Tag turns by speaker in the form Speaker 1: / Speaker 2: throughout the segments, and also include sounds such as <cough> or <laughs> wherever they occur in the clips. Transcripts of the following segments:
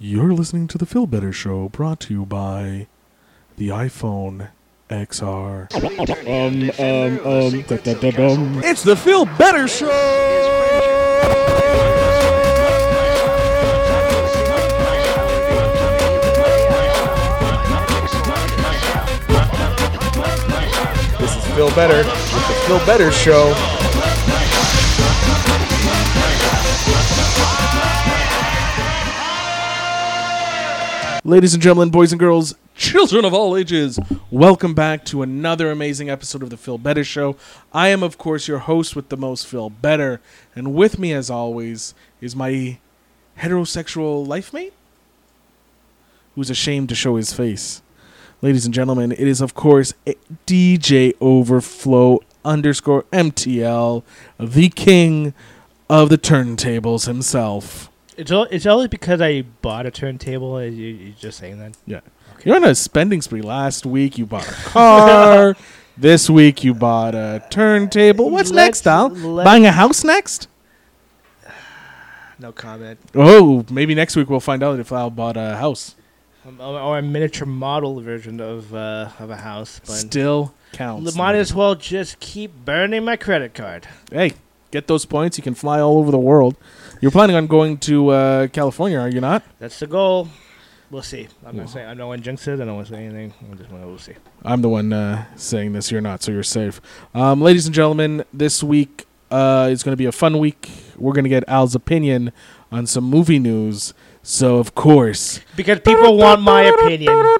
Speaker 1: You're listening to the Feel Better Show brought to you by the iPhone XR.
Speaker 2: Um, um, um, da, da, da, dum.
Speaker 1: It's the Feel Better
Speaker 3: This is Feel Better with the Feel Better Show.
Speaker 1: Ladies and gentlemen, boys and girls, children of all ages, welcome back to another amazing episode of the Feel Better Show. I am, of course, your host with the most Feel Better, and with me, as always, is my heterosexual life mate who's ashamed to show his face. Ladies and gentlemen, it is, of course, a- DJ Overflow underscore MTL, the king of the turntables himself.
Speaker 4: It's all, it's always because I bought a turntable. and You, you're just saying that.
Speaker 1: Yeah. You're on a spending spree. Last week you bought a
Speaker 4: <laughs>
Speaker 1: car. this week you bought a turntable. What's
Speaker 4: Let's-
Speaker 1: next, Al?
Speaker 4: let-
Speaker 1: Buying a house next?
Speaker 4: No comment.
Speaker 1: Oh, maybe next week we'll find out if Al bought a house.
Speaker 4: Um, or or a miniature model version of uh, of a house. But
Speaker 1: Still
Speaker 4: l-
Speaker 1: counts.
Speaker 4: might as well just keep burning my credit card.
Speaker 1: hey, get those points. You can fly all over the world. You're planning on going to uh, California, are you not?
Speaker 4: That's the goal. We'll see. I'm
Speaker 1: Wow.
Speaker 4: not saying I don't want jinx it. I don't want to say anything. I just want to we'll see.
Speaker 1: I'm the one uh, saying this. You're not, so you're safe. Um, ladies and gentlemen, this week uh, is going to be a fun week. We're going to get Al's opinion on some movie news. So, of course,
Speaker 4: Because people want my opinion.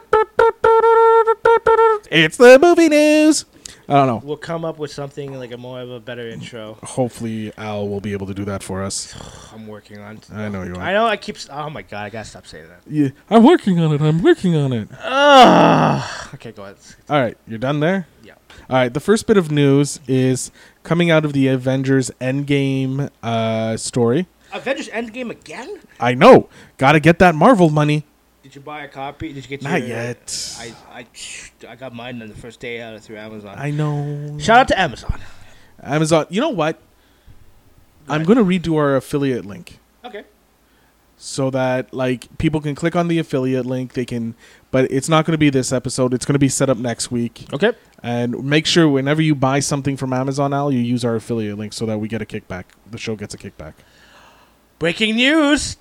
Speaker 1: it's the movie news. I don't know.
Speaker 4: We'll come up with something like a more of a better intro.
Speaker 1: Hopefully, Al will be able to do that for us.
Speaker 4: I'm working on.
Speaker 1: I know you are.
Speaker 4: I know. I keep. s- Oh my god! I gotta stop saying that.
Speaker 1: Yeah, I'm working on it. I'm working on it.
Speaker 4: Ugh. Okay, go ahead.
Speaker 1: All right, you're done there?
Speaker 4: Yeah.
Speaker 1: All right, the first bit of news is coming out of the Avengers Endgame uh, story.
Speaker 4: Avengers Endgame again?
Speaker 1: I know. Got to get that Marvel money.
Speaker 4: Did you buy a copy? Did you get
Speaker 1: Not
Speaker 4: your,
Speaker 1: yet.
Speaker 4: I, I I got mine on the first day out through Amazon.
Speaker 1: I know.
Speaker 4: Shout out to Amazon.
Speaker 1: Amazon. You know what? I'm
Speaker 4: ahead.
Speaker 1: going to redo our affiliate link
Speaker 4: Okay.
Speaker 1: so that like people can click on the affiliate link. They can, but it's not going to be this episode. It's going to be set up next week.
Speaker 4: Okay.
Speaker 1: And make sure whenever you buy something from Amazon, Al, you use our affiliate link so that we get a kickback. The show gets a kickback. <laughs>
Speaker 4: Breaking news.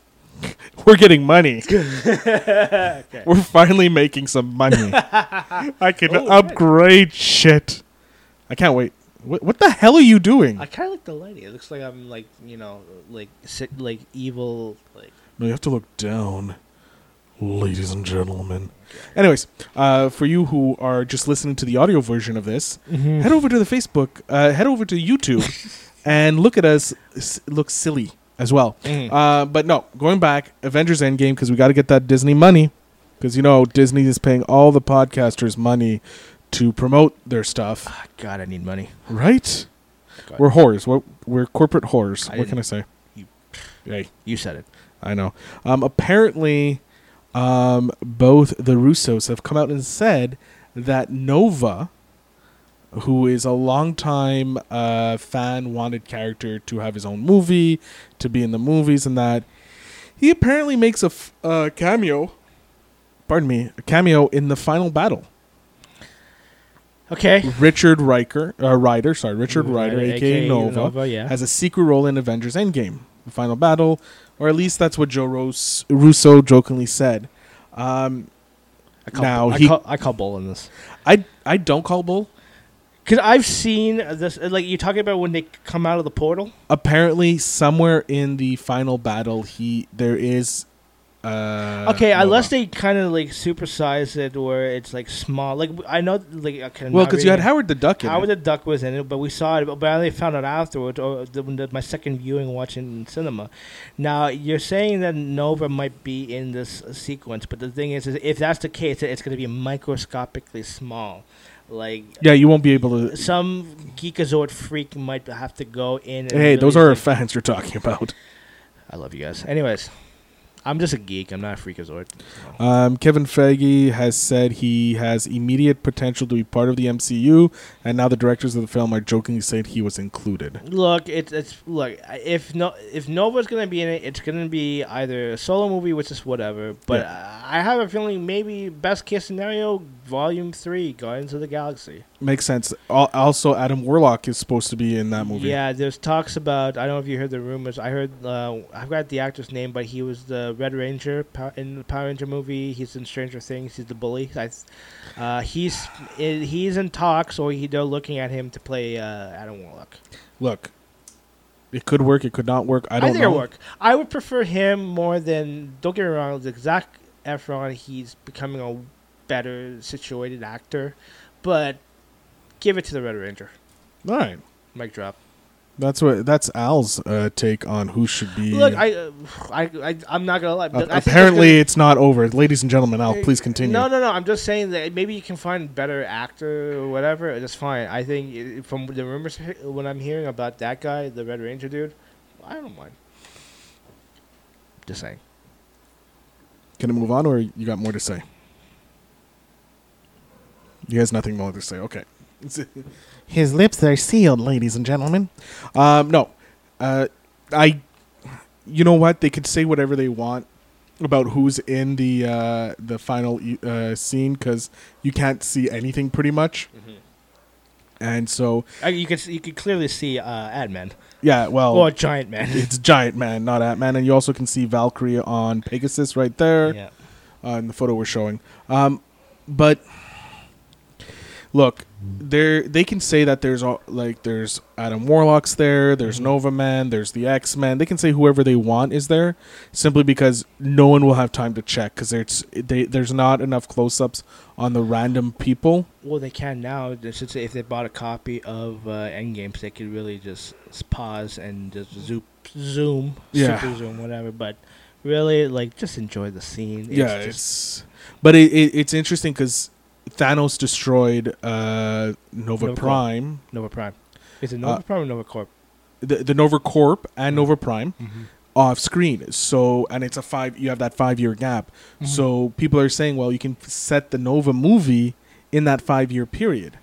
Speaker 1: We're getting money. We're finally making some money. I can
Speaker 4: Oh,
Speaker 1: upgrade shit. I can't wait. What, what the hell are you doing?
Speaker 4: I kind of like the lighting. It looks like I'm like you know like sit, like evil like.
Speaker 1: No, you have to look down, ladies and gentlemen. Anyways, uh, for you who are just listening to the audio version of this,
Speaker 4: Mm-hmm. <laughs>
Speaker 1: head over to the Facebook, uh, head over to YouTube, and look at us s- look silly as well.
Speaker 4: Mhm.
Speaker 1: Uh, but no, going back, Avengers Endgame, because we got to get that Disney money. Because, you know, Disney is paying all the podcasters money to promote their stuff,
Speaker 4: Ah, God, I need money.
Speaker 1: right?
Speaker 4: God.
Speaker 1: We're whores. We're, we're corporate whores.
Speaker 4: Uh, I
Speaker 1: what can I
Speaker 4: didn't-
Speaker 1: say?
Speaker 4: you-
Speaker 1: Hey.
Speaker 4: You said it.
Speaker 1: I know. Um, apparently, um, both the Russos have come out and said that Nova, who is a longtime uh, fan, wanted character to have his own movie, to be in the movies, and that he apparently makes a f- uh, cameo. Pardon me, a cameo in the final battle.
Speaker 4: Okay.
Speaker 1: Richard Riker, uh, Ryder, sorry, Richard Ryder, aka, Nova,
Speaker 4: yeah.
Speaker 1: has a secret role in Avengers Endgame, the final battle, or at least that's what Joe Rose, Russo jokingly said. Um,
Speaker 4: I call,
Speaker 1: now
Speaker 4: I
Speaker 1: he-
Speaker 4: call, I call bull on this.
Speaker 1: I I don't call bull.
Speaker 4: Because I've seen this, like you're talking about when they come out of the portal.
Speaker 1: Apparently, somewhere in the final battle, he there is. Uh,
Speaker 4: Okay,
Speaker 1: Nova.
Speaker 4: unless they kind of like supersize it where it's like small. Like I know, like I can.
Speaker 1: well, because you had Howard the Duck in
Speaker 4: Howard
Speaker 1: it.
Speaker 4: the Duck was in it, but we saw it. But I only found out afterwards, or the, when the, my second viewing watching in cinema. Now you're saying that Nova might be in this uh, sequence, but the thing is, is if that's the case, it's going to be microscopically small. Like
Speaker 1: yeah, you won't be able to.
Speaker 4: some geekazord freak might have to go in. And
Speaker 1: Hey, those
Speaker 4: really
Speaker 1: are our
Speaker 4: think-
Speaker 1: fans you're talking about.
Speaker 4: I love you guys. Anyways, I'm just a geek. I'm not a freakazoid.
Speaker 1: Um, Kevin Feige has said he has immediate potential to be part of the MCU, and now the directors of the film are jokingly saying he was included.
Speaker 4: Look, it's it's look. I- If no, if Nova's gonna be in it, it's gonna be either a solo movie, which is whatever. But I I have a feeling maybe best case scenario, Volume Three, Guardians of the Galaxy.
Speaker 1: Makes sense. Al- Also, Adam Warlock is supposed to be in that movie.
Speaker 4: Yeah, there's talks about. I don't know if you heard the rumors. I heard. Uh, I forgot the actor's name, but he was the Red Ranger Pow- in the Power Ranger movie. He's in Stranger Things. He's the bully. I, th- uh, he's i- he's in talks, or he, they're looking at him to play uh, Adam Warlock.
Speaker 1: Look, it could work. It could not work. I
Speaker 4: I,
Speaker 1: don't
Speaker 4: think
Speaker 1: know.
Speaker 4: it'll work. I would prefer him more than. Don't get me wrong. Like Zac Efron, he's becoming a better situated actor, but give it to the Red Ranger.
Speaker 1: All right.
Speaker 4: Mic drop.
Speaker 1: That's what. That's Al's uh, take on who should be.
Speaker 4: Look, I, uh, I, I, I'm not gonna lie. I
Speaker 1: A-
Speaker 4: think it's
Speaker 1: apparently,
Speaker 4: gonna-
Speaker 1: it's not over, ladies and gentlemen. Al, please continue.
Speaker 4: No, no, no. I'm just saying that maybe you can find better actor or whatever. That's fine. I think i- from the rumors he- when I'm hearing about that guy, the Red Ranger dude, I don't mind. Just saying.
Speaker 1: Can I move on, or you got more to say? You has nothing more to say. Okay. <laughs> His lips are sealed, ladies and gentlemen. Um, no, uh, I. You know what? They could say whatever they want about who's in the uh, the final uh, scene because you can't see anything pretty much, and so
Speaker 4: Uh, you could s- you could clearly see uh, Ant Man
Speaker 1: yeah. Well,
Speaker 4: or Giant Man.
Speaker 1: it's Giant Man, not Ant Man, and you also can see Valkyrie on Pegasus right there
Speaker 4: yeah.
Speaker 1: uh, in the photo we're showing. Um, but look, there they can say that there's all, like there's Adam Warlock's there,
Speaker 4: Mm-hmm.
Speaker 1: there's Nova Man, there's the X Men. They can say whoever they want is there, simply because no one will have time to check because there's they, there's not enough close ups on the random people.
Speaker 4: Well, they can now. th- Since if they bought a copy of uh, Endgames, they could really just s- pause and just zoop, zoom,
Speaker 1: Yeah.
Speaker 4: super zoom, whatever. But really, like, just enjoy the scene. It's
Speaker 1: yeah,
Speaker 4: just-
Speaker 1: it's but it, it, it's interesting because Thanos destroyed uh, Nova
Speaker 4: Nova Corp.
Speaker 1: Prime,
Speaker 4: Nova Prime. Is it Nova
Speaker 1: Uh,
Speaker 4: Prime or Nova Corp?
Speaker 1: the, the Nova Corp and Nova Prime off screen. So and it's a five. You have that five year gap. So people are saying, well, you can set the Nova movie in that five year period.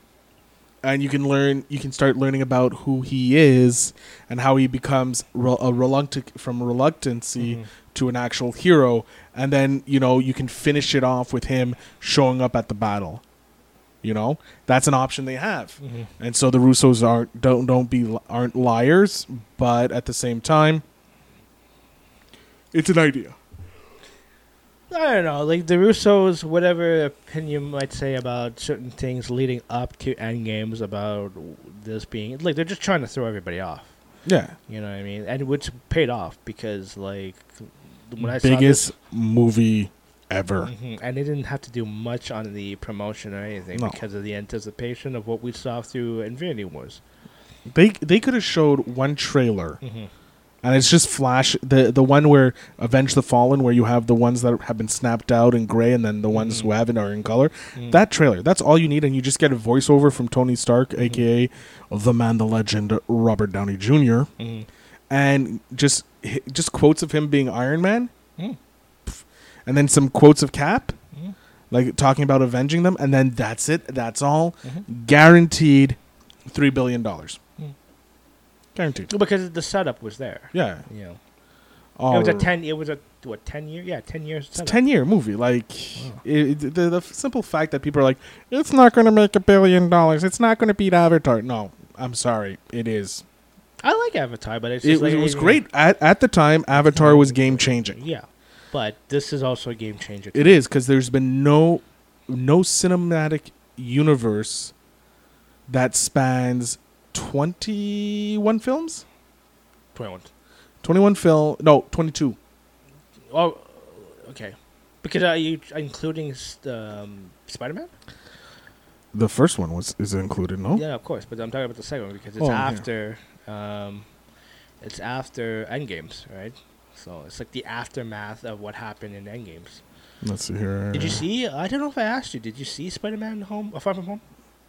Speaker 1: And you can learn, you can start learning about who he is and how he becomes re- a reluctant from reluctancy to an actual hero, and then you know you can finish it off with him showing up at the battle. You know that's an option they have, and so the Russos aren't don't don't be li- aren't liars, but at the same time, it's an idea.
Speaker 4: I don't know. Like the Russos, whatever opinion might say about certain things leading up to Endgames, about this being like they're just trying to throw everybody off.
Speaker 1: Yeah,
Speaker 4: You know what I mean? And which paid off because like when I saw this-
Speaker 1: biggest movie ever.
Speaker 4: Mhm, And they didn't have to do much on the promotion or anything
Speaker 1: No.
Speaker 4: because of the anticipation of what we saw through Infinity Wars. Mm-hmm.
Speaker 1: They they could have showed one trailer, and it's just flash the the one where Avenge the Fallen, where you have the ones that have been snapped out in gray, and then the ones
Speaker 4: Mm-hmm.
Speaker 1: who haven't are in color. That trailer, that's all you need, and you just get a voiceover from Tony Stark,
Speaker 4: Mm-hmm.
Speaker 1: aka the man, the legend, Robert Downey junior Mm-hmm. and just hi- just quotes of him being Iron Man, Pff. and then some quotes of Cap, like talking about avenging them, and then that's it. That's all.
Speaker 4: Mm-hmm.
Speaker 1: Guaranteed, three billion dollars.
Speaker 4: Hmm.
Speaker 1: Guaranteed.
Speaker 4: Well, Because the setup was there.
Speaker 1: Yeah,
Speaker 4: You know,
Speaker 1: all
Speaker 4: it was a
Speaker 1: right.
Speaker 4: ten. It was a what ten year? Yeah, ten years.
Speaker 1: Oh. It's a ten year movie. Like it, it- the the simple fact that people are like, it's not going to make a billion dollars. It's not going to beat Avatar. No, I'm sorry, it is.
Speaker 4: I like Avatar, but it's
Speaker 1: It,
Speaker 4: just like,
Speaker 1: it was great at at the time. Avatar was game changing.
Speaker 4: Yeah, but this is also a game changer.
Speaker 1: It is because there's been no no cinematic universe that spans 21 films,
Speaker 4: Twenty one.
Speaker 1: 21 film, no 22.
Speaker 4: Oh, okay. Because are you including s- um, Spider Man?
Speaker 1: The first one was is included, no?
Speaker 4: Yeah, of course. But I'm talking about the second one because it's
Speaker 1: Oh, yeah.
Speaker 4: after, um, it's after Endgames, right? So it's like the aftermath of what happened in Endgames.
Speaker 1: Let's see here.
Speaker 4: Did you see? I don't know if I asked you. Did you see Spider Man Home? uh, Far From Home?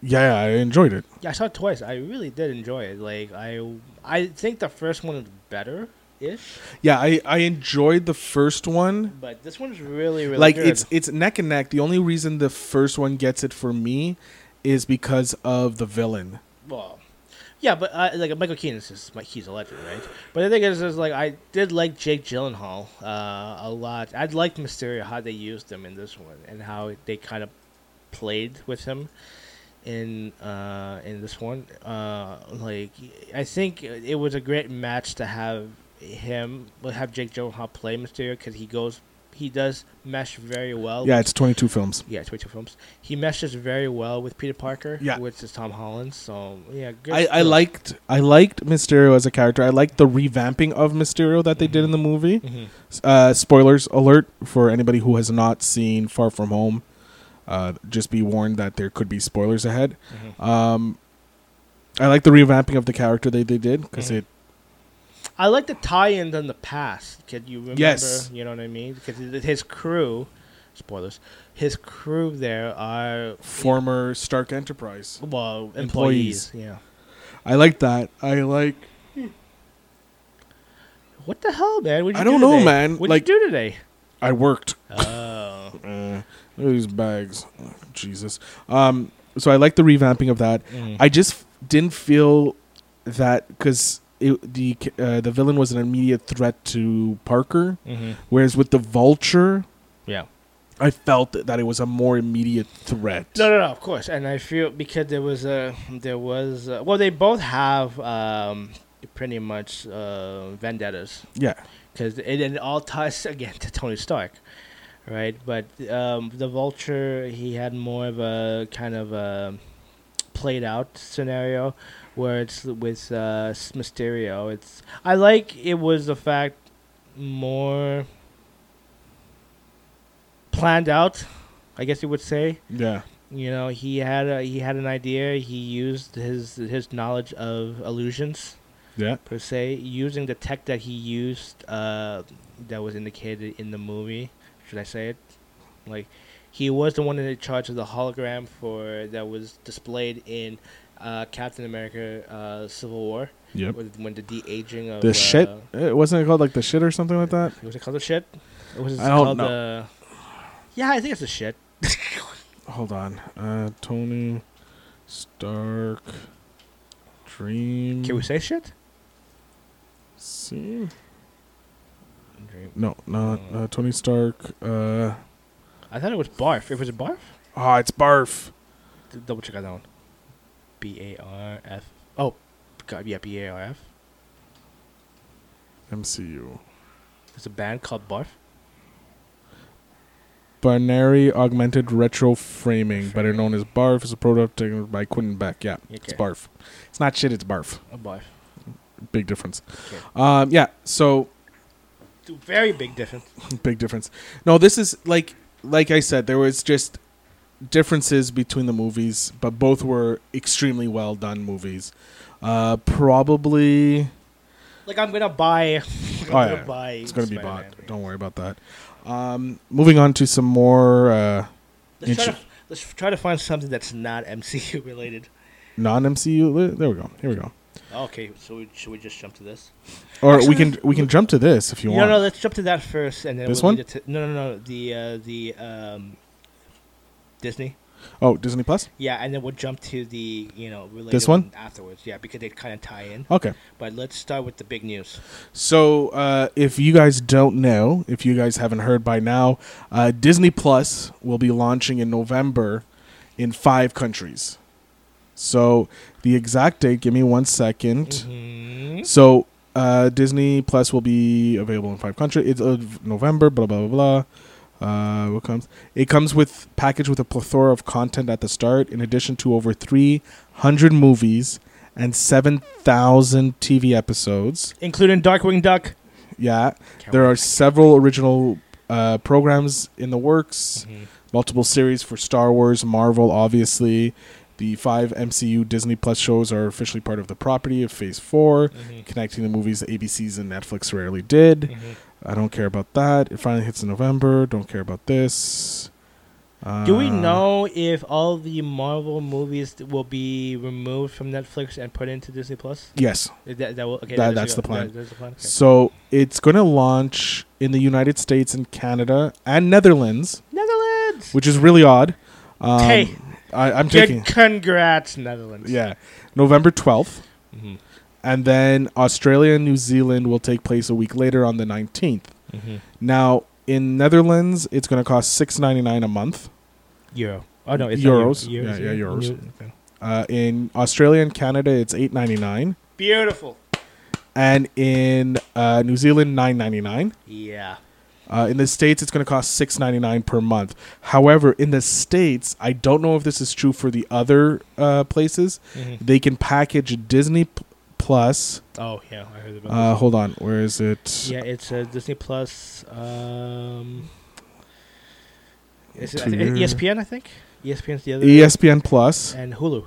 Speaker 1: Yeah, I enjoyed it.
Speaker 4: Yeah, I saw it twice. I really did enjoy it. Like I, I think the first one is better ish,
Speaker 1: Yeah, I, I enjoyed the first one.
Speaker 4: but this one's really really
Speaker 1: like
Speaker 4: good.
Speaker 1: it's it's neck and neck. The only reason the first one gets it for me is because of the villain.
Speaker 4: well, yeah, but uh, like Michael Keaton is just, like, he's a legend, right? But the thing is, is like I did like Jake Gyllenhaal uh, a lot. I liked Mysterio how they used him in this one and how they kind of played with him in uh, in this one. Uh, like I think it was a great match to have him have Jake Gyllenhaal play Mysterio because he goes he does mesh very well.
Speaker 1: Yeah, it's 22 films.
Speaker 4: Yeah, it's 22 films. He meshes very well with Peter Parker,
Speaker 1: Yeah.
Speaker 4: which is Tom Holland. So yeah, good
Speaker 1: I, I
Speaker 4: for-
Speaker 1: liked I liked Mysterio as a character. I liked the revamping of Mysterio that they did in the
Speaker 4: <laughs>
Speaker 1: movie.
Speaker 4: Mhm.
Speaker 1: Uh, spoilers alert for anybody who has not seen Far From Home. Uh, just be warned that there could be spoilers ahead.
Speaker 4: Mhm.
Speaker 1: Um, I like the revamping of the character they, they did because
Speaker 4: Mhm.
Speaker 1: it
Speaker 4: I like the tie-ins on the past. Could you remember?
Speaker 1: Yes.
Speaker 4: You know what I mean? Because his his crew, spoilers, his crew there are
Speaker 1: former Stark Enterprise.
Speaker 4: well
Speaker 1: Employees.
Speaker 4: employees. Yeah.
Speaker 1: I like that. I like.
Speaker 4: What the hell, man? What'd you
Speaker 1: I don't
Speaker 4: do
Speaker 1: know,
Speaker 4: today?
Speaker 1: man.
Speaker 4: What'd
Speaker 1: Like-
Speaker 4: you do today?
Speaker 1: I worked. <laughs>
Speaker 4: Oh.
Speaker 1: Uh, look at these bags. Oh, Jesus. Um, so I like the revamping of that.
Speaker 4: Mm-hmm.
Speaker 1: I just f- didn't feel that because the c- uh, the villain was an immediate threat to Parker,
Speaker 4: hmm
Speaker 1: whereas with the Vulture,
Speaker 4: Yeah.
Speaker 1: I felt that it was a more immediate threat.
Speaker 4: No, no, no. Of course, and I feel because there was a there was a, well, they both have um, pretty much uh, vendettas.
Speaker 1: Yeah,
Speaker 4: because it, it all ties <laughs> again to Tony Stark, right? But um, the Vulture, he had more of a kind of a played out scenario where it's with uh, s- Mysterio. It's I like it was the fact more planned out, I guess you would say.
Speaker 1: yeah,
Speaker 4: You know, he had a, he had an idea. He used his his knowledge of illusions
Speaker 1: yeah,
Speaker 4: per se, using the tech that he used uh, that was indicated in the movie. Should I say it? Like, he was the one in charge of the hologram for that was displayed in uh, Captain America: uh, Civil War.
Speaker 1: yep.
Speaker 4: with- When the de aging of
Speaker 1: The
Speaker 4: uh,
Speaker 1: shit. It wasn't it called like the shit or something like that.
Speaker 4: was it called the shit? Or was it
Speaker 1: I don't
Speaker 4: called
Speaker 1: know.
Speaker 4: the? Yeah, I think it's the shit.
Speaker 1: Hold on, uh, Tony Stark. Dream.
Speaker 4: Can we say shit?
Speaker 1: see? No, not
Speaker 4: Oh.
Speaker 1: uh, Tony Stark. Uh,
Speaker 4: I thought it was barf. If it was barf,
Speaker 1: oh, it's barf.
Speaker 4: D- double check out that one. B A R F. Oh, God, yeah, B A R F.
Speaker 1: MCU.
Speaker 4: There's a band called Barf.
Speaker 1: Binary Augmented Retro Framing, better known as BARF, is a product taken by Quentin Beck. Yeah, it's
Speaker 4: Okay.
Speaker 1: BARF. It's not shit, it's BARF.
Speaker 4: A barf.
Speaker 1: Big difference.
Speaker 4: Okay.
Speaker 1: Um, yeah, so <laughs>
Speaker 4: Two very big difference.
Speaker 1: big difference. No, this is like like I said, there was just differences between the movies, but both were extremely well done movies. Uh, probably
Speaker 4: Like I'm gonna buy. <laughs> I'm gonna
Speaker 1: Oh, yeah.
Speaker 4: buy.
Speaker 1: it's going to be bought.
Speaker 4: Spider-Man.
Speaker 1: Don't worry about that. Um, moving on to some more uh,
Speaker 4: Let's try, to,
Speaker 1: Inch-
Speaker 4: let's try to find something that's not MCU <laughs> related.
Speaker 1: non MCU. There we go. Here we go.
Speaker 4: Okay, so we, should we just jump to this?
Speaker 1: Or
Speaker 4: Actually,
Speaker 1: we can we can jump to this if you
Speaker 4: no,
Speaker 1: want.
Speaker 4: no. Let's jump to that first, and then
Speaker 1: This
Speaker 4: we'll
Speaker 1: one?
Speaker 4: lead it to- no, no, no. The uh, the um, Disney.
Speaker 1: Oh, Disney Plus.
Speaker 4: Yeah, and then we'll jump to the you know related
Speaker 1: This one?
Speaker 4: afterwards. Yeah, because they kind of tie in.
Speaker 1: Okay.
Speaker 4: But let's start with the big news.
Speaker 1: So uh, if you guys don't know, if you guys haven't heard by now, uh, Disney Plus will be launching in November in five countries. So the exact date. Give me one second.
Speaker 4: Mm-hmm.
Speaker 1: So uh, Disney Plus will be available in five countries. It's uh, November. Blah blah blah. blah. Uh, what comes? It comes with package with a plethora of content at the start, in addition to over three hundred movies and seven thousand TV episodes.
Speaker 4: Including Darkwing Duck.
Speaker 1: Yeah,
Speaker 4: Can't
Speaker 1: there
Speaker 4: wait.
Speaker 1: are several original uh, programs in the works,
Speaker 4: Mm-hmm.
Speaker 1: multiple series for Star Wars, Marvel, obviously. The five MCU Disney Plus shows are officially part of the property of Phase 4 connecting the movies that ABCs and Netflix rarely
Speaker 4: Mm-hmm.
Speaker 1: did. I don't care about that. It finally hits in November. Don't care about this. Uh,
Speaker 4: Do we know if all the Marvel movies th- will be removed from Netflix and put into Disney Plus?
Speaker 1: Yes.
Speaker 4: Is That, that will, okay,
Speaker 1: That-
Speaker 4: is
Speaker 1: that's the plan.
Speaker 4: That, that's the plan. Okay.
Speaker 1: So it's going to launch in the United States and Canada and Netherlands,
Speaker 4: Netherlands.
Speaker 1: which is really odd. Um,
Speaker 4: hey,
Speaker 1: I, I'm
Speaker 4: good
Speaker 1: taking
Speaker 4: congrats, Netherlands.
Speaker 1: yeah November 12th,
Speaker 4: hmm
Speaker 1: and then Australia and New Zealand will take place a week later on the 19th.
Speaker 4: hmm
Speaker 1: Now in Netherlands, it's going to cost six ninety nine a month.
Speaker 4: Euro. Oh no, it's
Speaker 1: Euros.
Speaker 4: Not Euro.
Speaker 1: Yeah, yeah,
Speaker 4: Euros.
Speaker 1: euros. Uh, in Australia and Canada, it's eight ninety nine,
Speaker 4: Beautiful.
Speaker 1: and in uh, New Zealand, nine ninety nine.
Speaker 4: Yeah.
Speaker 1: Uh, in the states, it's going to cost six ninety nine per month. However, in the states, I don't know if this is true for the other uh, places.
Speaker 4: Mhm.
Speaker 1: They can package Disney P- Plus.
Speaker 4: Oh yeah, I heard about
Speaker 1: Uh, hold on, where is it?
Speaker 4: this. Yeah, it's uh, Disney Plus. Um, is it, I
Speaker 1: To
Speaker 4: thi-
Speaker 1: your-
Speaker 4: ESPN, I think. E ESPN's the other.
Speaker 1: ESPN Plus
Speaker 4: and Hulu.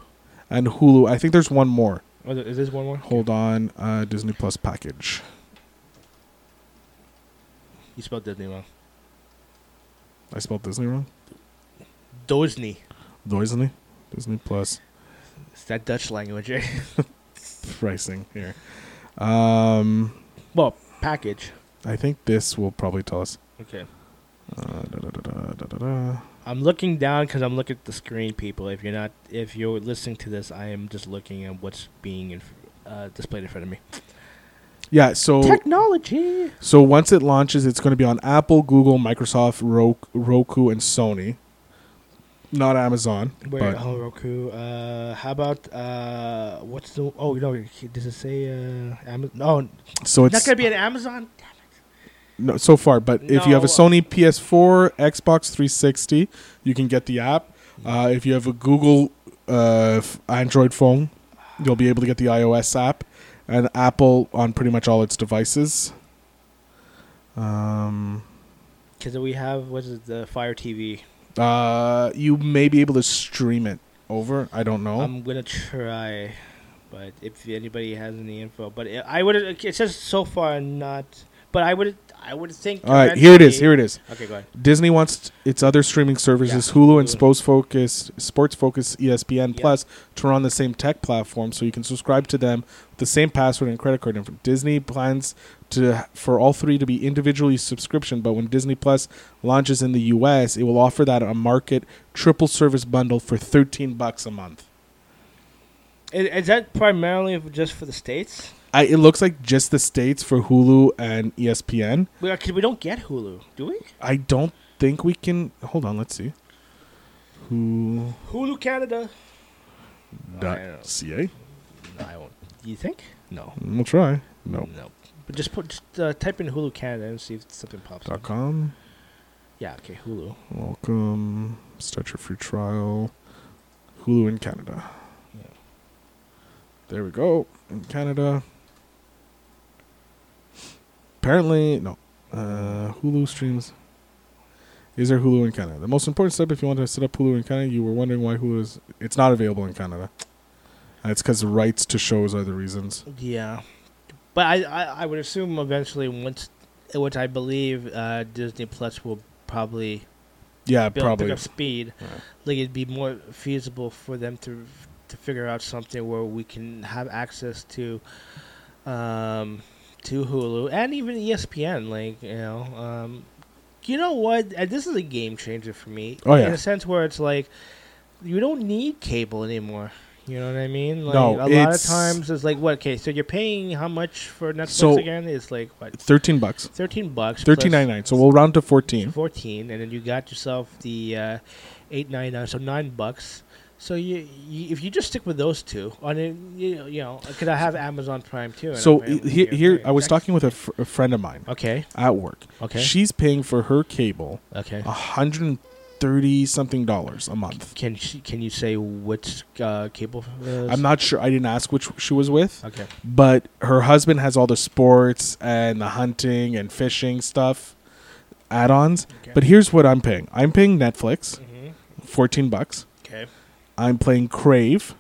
Speaker 1: and Hulu. I think there's one more.
Speaker 4: Oh, there- is this one more?
Speaker 1: Hold on, uh, Disney Plus package.
Speaker 4: You spelled Disney wrong.
Speaker 1: I spelled Disney wrong.
Speaker 4: Disney.
Speaker 1: Disney, Disney Plus
Speaker 4: It's that Dutch language. eh? <laughs>
Speaker 1: pricing here. Um,
Speaker 4: well, package.
Speaker 1: I think this will probably tell us.
Speaker 4: Okay.
Speaker 1: Uh, da, da, da, da, da, da, da.
Speaker 4: I'm looking down because I'm looking at the screen, people. If you're not, if you're listening to this, I am just looking at what's being in, uh, displayed in front of me.
Speaker 1: Yeah, so
Speaker 4: Technology.
Speaker 1: so once it launches, it's going to be on Apple, Google, Microsoft, Ro- Roku, and Sony. Not Amazon,
Speaker 4: Where
Speaker 1: but
Speaker 4: oh, Roku. Uh, how about uh, what's the? Oh no, does it say uh, Amazon? No,
Speaker 1: so
Speaker 4: not
Speaker 1: it's
Speaker 4: gonna be an Amazon.
Speaker 1: no, so far. But if you have a
Speaker 4: No.
Speaker 1: Sony PS4, Xbox 360, you can get the app. Uh, if you have a Google uh, f- Android phone, you'll be able to get the iOS app, and Apple on pretty much all its devices. Um,
Speaker 4: Because we have what is it, the Fire TV.
Speaker 1: uh, you may be able to stream it over. I don't know.
Speaker 4: I'm gonna try, but if anybody has any info, but it, I would. It says so far not, but I would. I would think.
Speaker 1: All right, here it is. Here it is.
Speaker 4: Okay, go ahead.
Speaker 1: Disney wants t- its other streaming services,
Speaker 4: Yeah,
Speaker 1: Hulu and
Speaker 4: Hulu.
Speaker 1: Sports Focus, Sports Focus, E ESPN
Speaker 4: Yeah.
Speaker 1: Plus, to run on the same tech platform, so you can subscribe to them with the same password and credit card info. Disney plans to for all three to be individually subscription, but when Disney Plus launches in the U.S., it will offer that a market triple service bundle for thirteen bucks a month.
Speaker 4: Is, is that primarily f- just for the states?
Speaker 1: I, it looks like just the states for Hulu and E ESPN.
Speaker 4: We, are- 'cause we don't get Hulu, do we?
Speaker 1: I don't think we can. Hold on, let's see. Hulu.
Speaker 4: Hulu Canada.
Speaker 1: dot
Speaker 4: I don't-
Speaker 1: ca.
Speaker 4: No, I won't. You think? No.
Speaker 1: We'll try. No.
Speaker 4: No. But just put just, uh, type in Hulu Canada and see if something pops
Speaker 1: Dot
Speaker 4: up.
Speaker 1: com.
Speaker 4: Yeah. Okay. Hulu.
Speaker 1: Welcome. Start your free trial. Hulu in Canada.
Speaker 4: Yeah.
Speaker 1: There we go. In Canada. Apparently, no. Uh, Hulu streams. Is there Hulu in Canada? The most important step if you want to set up Hulu in Canada, you were wondering why Hulu is. It's not available in Canada. And it's because rights to shows are the reasons.
Speaker 4: Yeah. But I, I, I would assume eventually once, which I believe uh, Disney Plus will probably
Speaker 1: Yeah,
Speaker 4: build
Speaker 1: probably.
Speaker 4: pick up speed.
Speaker 1: Yeah.
Speaker 4: Like it'd be more feasible for them to to figure out something where we can have access to um, to Hulu and even E ESPN. Like you know, um, you know what? And this is a game changer for me.
Speaker 1: Oh, yeah.
Speaker 4: in a sense where it's like you don't need cable anymore. You know what I mean? Like
Speaker 1: No,
Speaker 4: a lot of
Speaker 1: it's-
Speaker 4: times it's like what? Okay, so you're paying how much for Netflix
Speaker 1: So-
Speaker 4: again? It's like what?
Speaker 1: 13 bucks.
Speaker 4: Thirteen bucks. plus-
Speaker 1: Thirteen ninety nine. So we'll round to 14.
Speaker 4: 14 and then you got yourself the uh, 899 so 9 bucks so you, you if you just stick with those two on it you, know- you know could i have amazon prime too and
Speaker 1: So
Speaker 4: I'm paying
Speaker 1: he-
Speaker 4: here,
Speaker 1: here,
Speaker 4: okay,
Speaker 1: I was
Speaker 4: exact-
Speaker 1: talking with a, fr- a friend of mine
Speaker 4: okay
Speaker 1: at work.
Speaker 4: okay
Speaker 1: She's paying for her cable
Speaker 4: okay
Speaker 1: a hundred and thirty something dollars a month.
Speaker 4: can she, can you say which uh, cable uh,
Speaker 1: I'm not sure. I didn't ask which she was with,
Speaker 4: okay
Speaker 1: but her husband has all the sports and the hunting and fishing stuff add-ons.
Speaker 4: Okay.
Speaker 1: But here's what I'm paying. I'm paying Netflix,
Speaker 4: Mhm.
Speaker 1: 14 bucks.
Speaker 4: okay
Speaker 1: I'm playing Crave,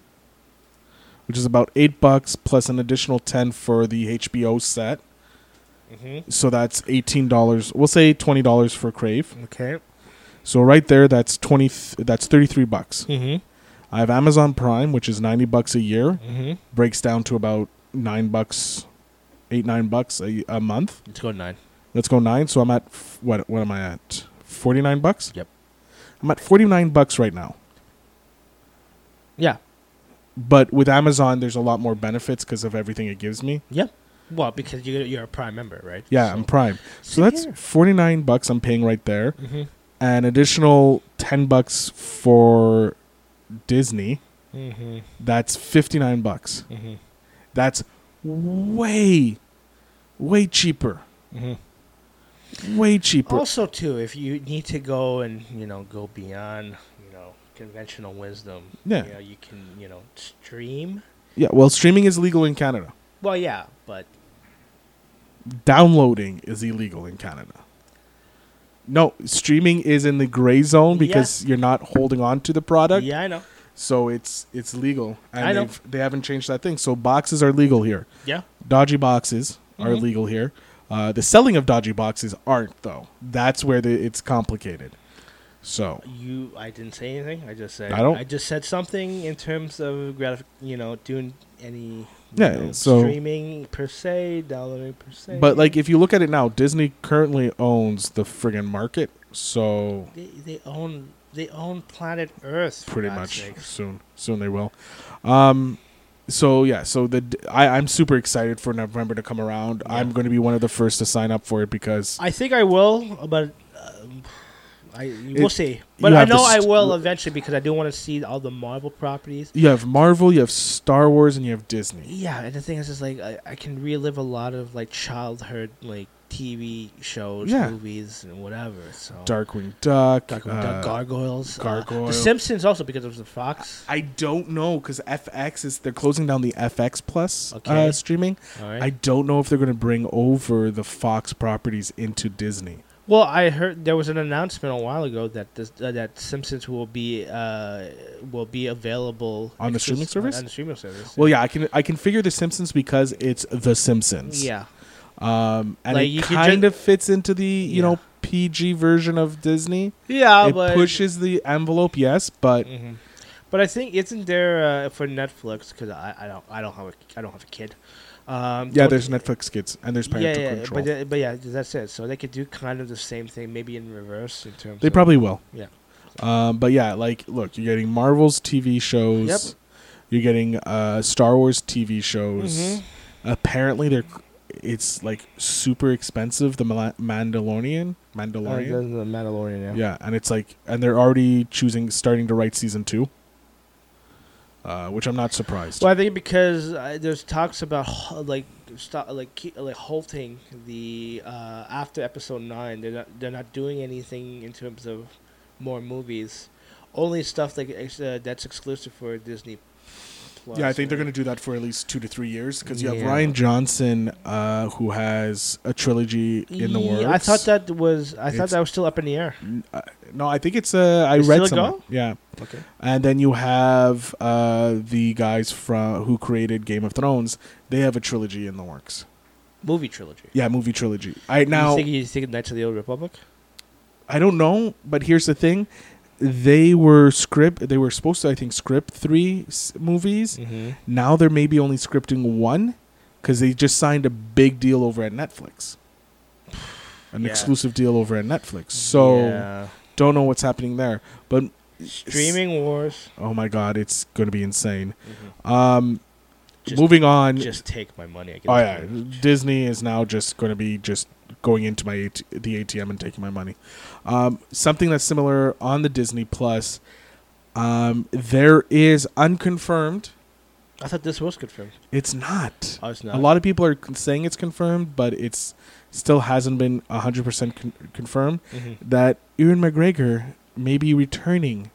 Speaker 1: which is about 8 bucks plus an additional 10 for the HBO set.
Speaker 4: mm-hmm.
Speaker 1: So that's $18. We'll say $20 for Crave.
Speaker 4: okay
Speaker 1: So right there, that's twenty. th- That's thirty-three bucks.
Speaker 4: Mm-hmm.
Speaker 1: I have Amazon Prime, which is ninety bucks a year.
Speaker 4: Mm-hmm.
Speaker 1: Breaks down to about nine bucks, eight nine bucks a, a month.
Speaker 4: Let's go nine.
Speaker 1: Let's go nine. So I'm at f- what? What am I at? Forty-nine bucks.
Speaker 4: Yep.
Speaker 1: I'm at forty-nine bucks right now.
Speaker 4: Yeah.
Speaker 1: But with Amazon, there's a lot more benefits because of everything it gives me.
Speaker 4: Yep. Well, because you you're a Prime member, right?
Speaker 1: Yeah, I'm Prime. So
Speaker 4: Same
Speaker 1: that's
Speaker 4: here.
Speaker 1: 49 bucks I'm paying right there.
Speaker 4: Mhm.
Speaker 1: An additional 10 bucks for Disney.
Speaker 4: Mhm.
Speaker 1: That's 59 bucks.
Speaker 4: Mhm.
Speaker 1: That's way way cheaper.
Speaker 4: Mhm.
Speaker 1: Way cheaper.
Speaker 4: Also, too, if you need to go and you know go beyond you know conventional wisdom,
Speaker 1: Yeah.
Speaker 4: you, know, you can you know stream.
Speaker 1: yeah, well streaming is legal in Canada.
Speaker 4: Well, yeah, but
Speaker 1: Downloading is illegal in Canada. No, streaming is in the gray zone
Speaker 4: Yeah.
Speaker 1: because you're not holding on to the product.
Speaker 4: yeah, I know.
Speaker 1: So it's it's legal, and
Speaker 4: I know.
Speaker 1: they've, they haven't changed that thing. So boxes are legal here.
Speaker 4: Yeah,
Speaker 1: Dodgy boxes are
Speaker 4: Mhm.
Speaker 1: legal here. Uh, the selling of dodgy boxes aren't though. That's where the, it's complicated. So
Speaker 4: you. I didn't say anything. I just said.
Speaker 1: I don't-
Speaker 4: I just said something in terms of gratif- You know, doing any. you
Speaker 1: Yeah,
Speaker 4: know,
Speaker 1: so-
Speaker 4: streaming per se, downloading per se.
Speaker 1: But like, if you look at it now, Disney currently owns the friggin' market. So
Speaker 4: they, they own they own planet Earth. for
Speaker 1: pretty
Speaker 4: God's
Speaker 1: much
Speaker 4: sakes.
Speaker 1: soon, soon they will. Um, so yeah, so the d- I, am super excited for November to come around.
Speaker 4: Yeah.
Speaker 1: I'm going to be one of the first to sign up for it because
Speaker 4: I think I will, but um, I we'll
Speaker 1: It-
Speaker 4: see. But
Speaker 1: you
Speaker 4: I
Speaker 1: have to
Speaker 4: know I
Speaker 1: st-
Speaker 4: will eventually because I do want to see all the Marvel properties.
Speaker 1: you have Marvel, you have Star Wars, and you have Disney.
Speaker 4: Yeah, and the thing is, is like I, I can relive a lot of like childhood like TV shows,
Speaker 1: Yeah.
Speaker 4: movies, and whatever. So
Speaker 1: Darkwing Duck.
Speaker 4: Dark,
Speaker 1: uh,
Speaker 4: gargoyles, uh,
Speaker 1: Gargoyle.
Speaker 4: the Simpsons also because it was the Fox.
Speaker 1: I don't know because FX is they're closing down the FX Plus
Speaker 4: Okay.
Speaker 1: uh, streaming.
Speaker 4: All right.
Speaker 1: I don't know if they're going to bring over the Fox properties into Disney.
Speaker 4: well, I heard there was an announcement a while ago that this, uh, that Simpsons will be uh, will be available
Speaker 1: On the
Speaker 4: exclus-
Speaker 1: streaming service?
Speaker 4: On the streaming service.
Speaker 1: Well, yeah, I can I can figure the Simpsons because it's the Simpsons.
Speaker 4: yeah.
Speaker 1: Um, and
Speaker 4: Like,
Speaker 1: it
Speaker 4: you could
Speaker 1: kind
Speaker 4: ju-
Speaker 1: of fits into the you
Speaker 4: Yeah.
Speaker 1: know PG version of Disney.
Speaker 4: Yeah,
Speaker 1: it
Speaker 4: but
Speaker 1: pushes the envelope, yes, but
Speaker 4: hmm But I think isn't there uh, for Netflix because I, I don't I don't have a I don't have a kid. Um,
Speaker 1: yeah,
Speaker 4: don't-
Speaker 1: there's Netflix kids and there's
Speaker 4: Yeah,
Speaker 1: parental
Speaker 4: yeah,
Speaker 1: control.
Speaker 4: but uh, but yeah, that's it. So they could do kind of the same thing, maybe in reverse in terms.
Speaker 1: They
Speaker 4: of,
Speaker 1: probably will.
Speaker 4: Yeah.
Speaker 1: Um, but yeah, like, look, you're getting Marvel's TV shows.
Speaker 4: Yep.
Speaker 1: You're getting uh, Star Wars TV shows.
Speaker 4: Mhm.
Speaker 1: Apparently, they're it's like super expensive. The Mala- Mandalorian,
Speaker 4: Uh, the,
Speaker 1: Mandalorian.
Speaker 4: the Mandalorian. Yeah.
Speaker 1: yeah, and it's like, and they're already choosing, starting to write season two. Uh, which I'm not surprised.
Speaker 4: Well, I think because uh, there's talks about h- like stop like keep, like halting the uh, after episode nine. They're not they're not doing anything in terms of more movies. Only stuff like ex- uh, that's exclusive for Disney. Plus,
Speaker 1: Yeah, I think they're
Speaker 4: right?
Speaker 1: going to do that for at least two to three years because you have
Speaker 4: Yeah.
Speaker 1: Ryan Johnson, uh, who has a trilogy in the
Speaker 4: Ye-
Speaker 1: works.
Speaker 4: I thought that was I thought
Speaker 1: It's-
Speaker 4: that was still up in the air.
Speaker 1: N- uh, No, I think it's uh, I
Speaker 4: It's
Speaker 1: read
Speaker 4: still a
Speaker 1: some.
Speaker 4: go?
Speaker 1: Yeah,
Speaker 4: Okay.
Speaker 1: and then you have uh, the guys from who created Game of Thrones. They have a trilogy in the works.
Speaker 4: Movie trilogy.
Speaker 1: Yeah, movie trilogy. I now
Speaker 4: you think, you think Knights of the Old Republic?
Speaker 1: I don't know, but here's the thing: they were script. They were supposed to, I think, script three s- movies.
Speaker 4: Mm-hmm.
Speaker 1: Now they're maybe only scripting one because they just signed a big deal over at Netflix, an
Speaker 4: Yeah. Mm,
Speaker 1: exclusive deal over at Netflix. So don't know what's happening there, but
Speaker 4: streaming wars.
Speaker 1: Oh my god, it's going to be insane. Um,
Speaker 4: Just-
Speaker 1: moving on.
Speaker 4: Just take my money. I guess.
Speaker 1: oh yeah, Disney is now just going to be just going into my AT- the ATM and taking my money. Um, something that's similar on the Disney Plus. Um, there is unconfirmed.
Speaker 4: I thought this was confirmed.
Speaker 1: It's not.
Speaker 4: Oh, it's not.
Speaker 1: A lot of people are con- saying it's confirmed, but it's still hasn't been hundred percent con- confirmed
Speaker 4: Mhm.
Speaker 1: that Ewan McGregor may be returning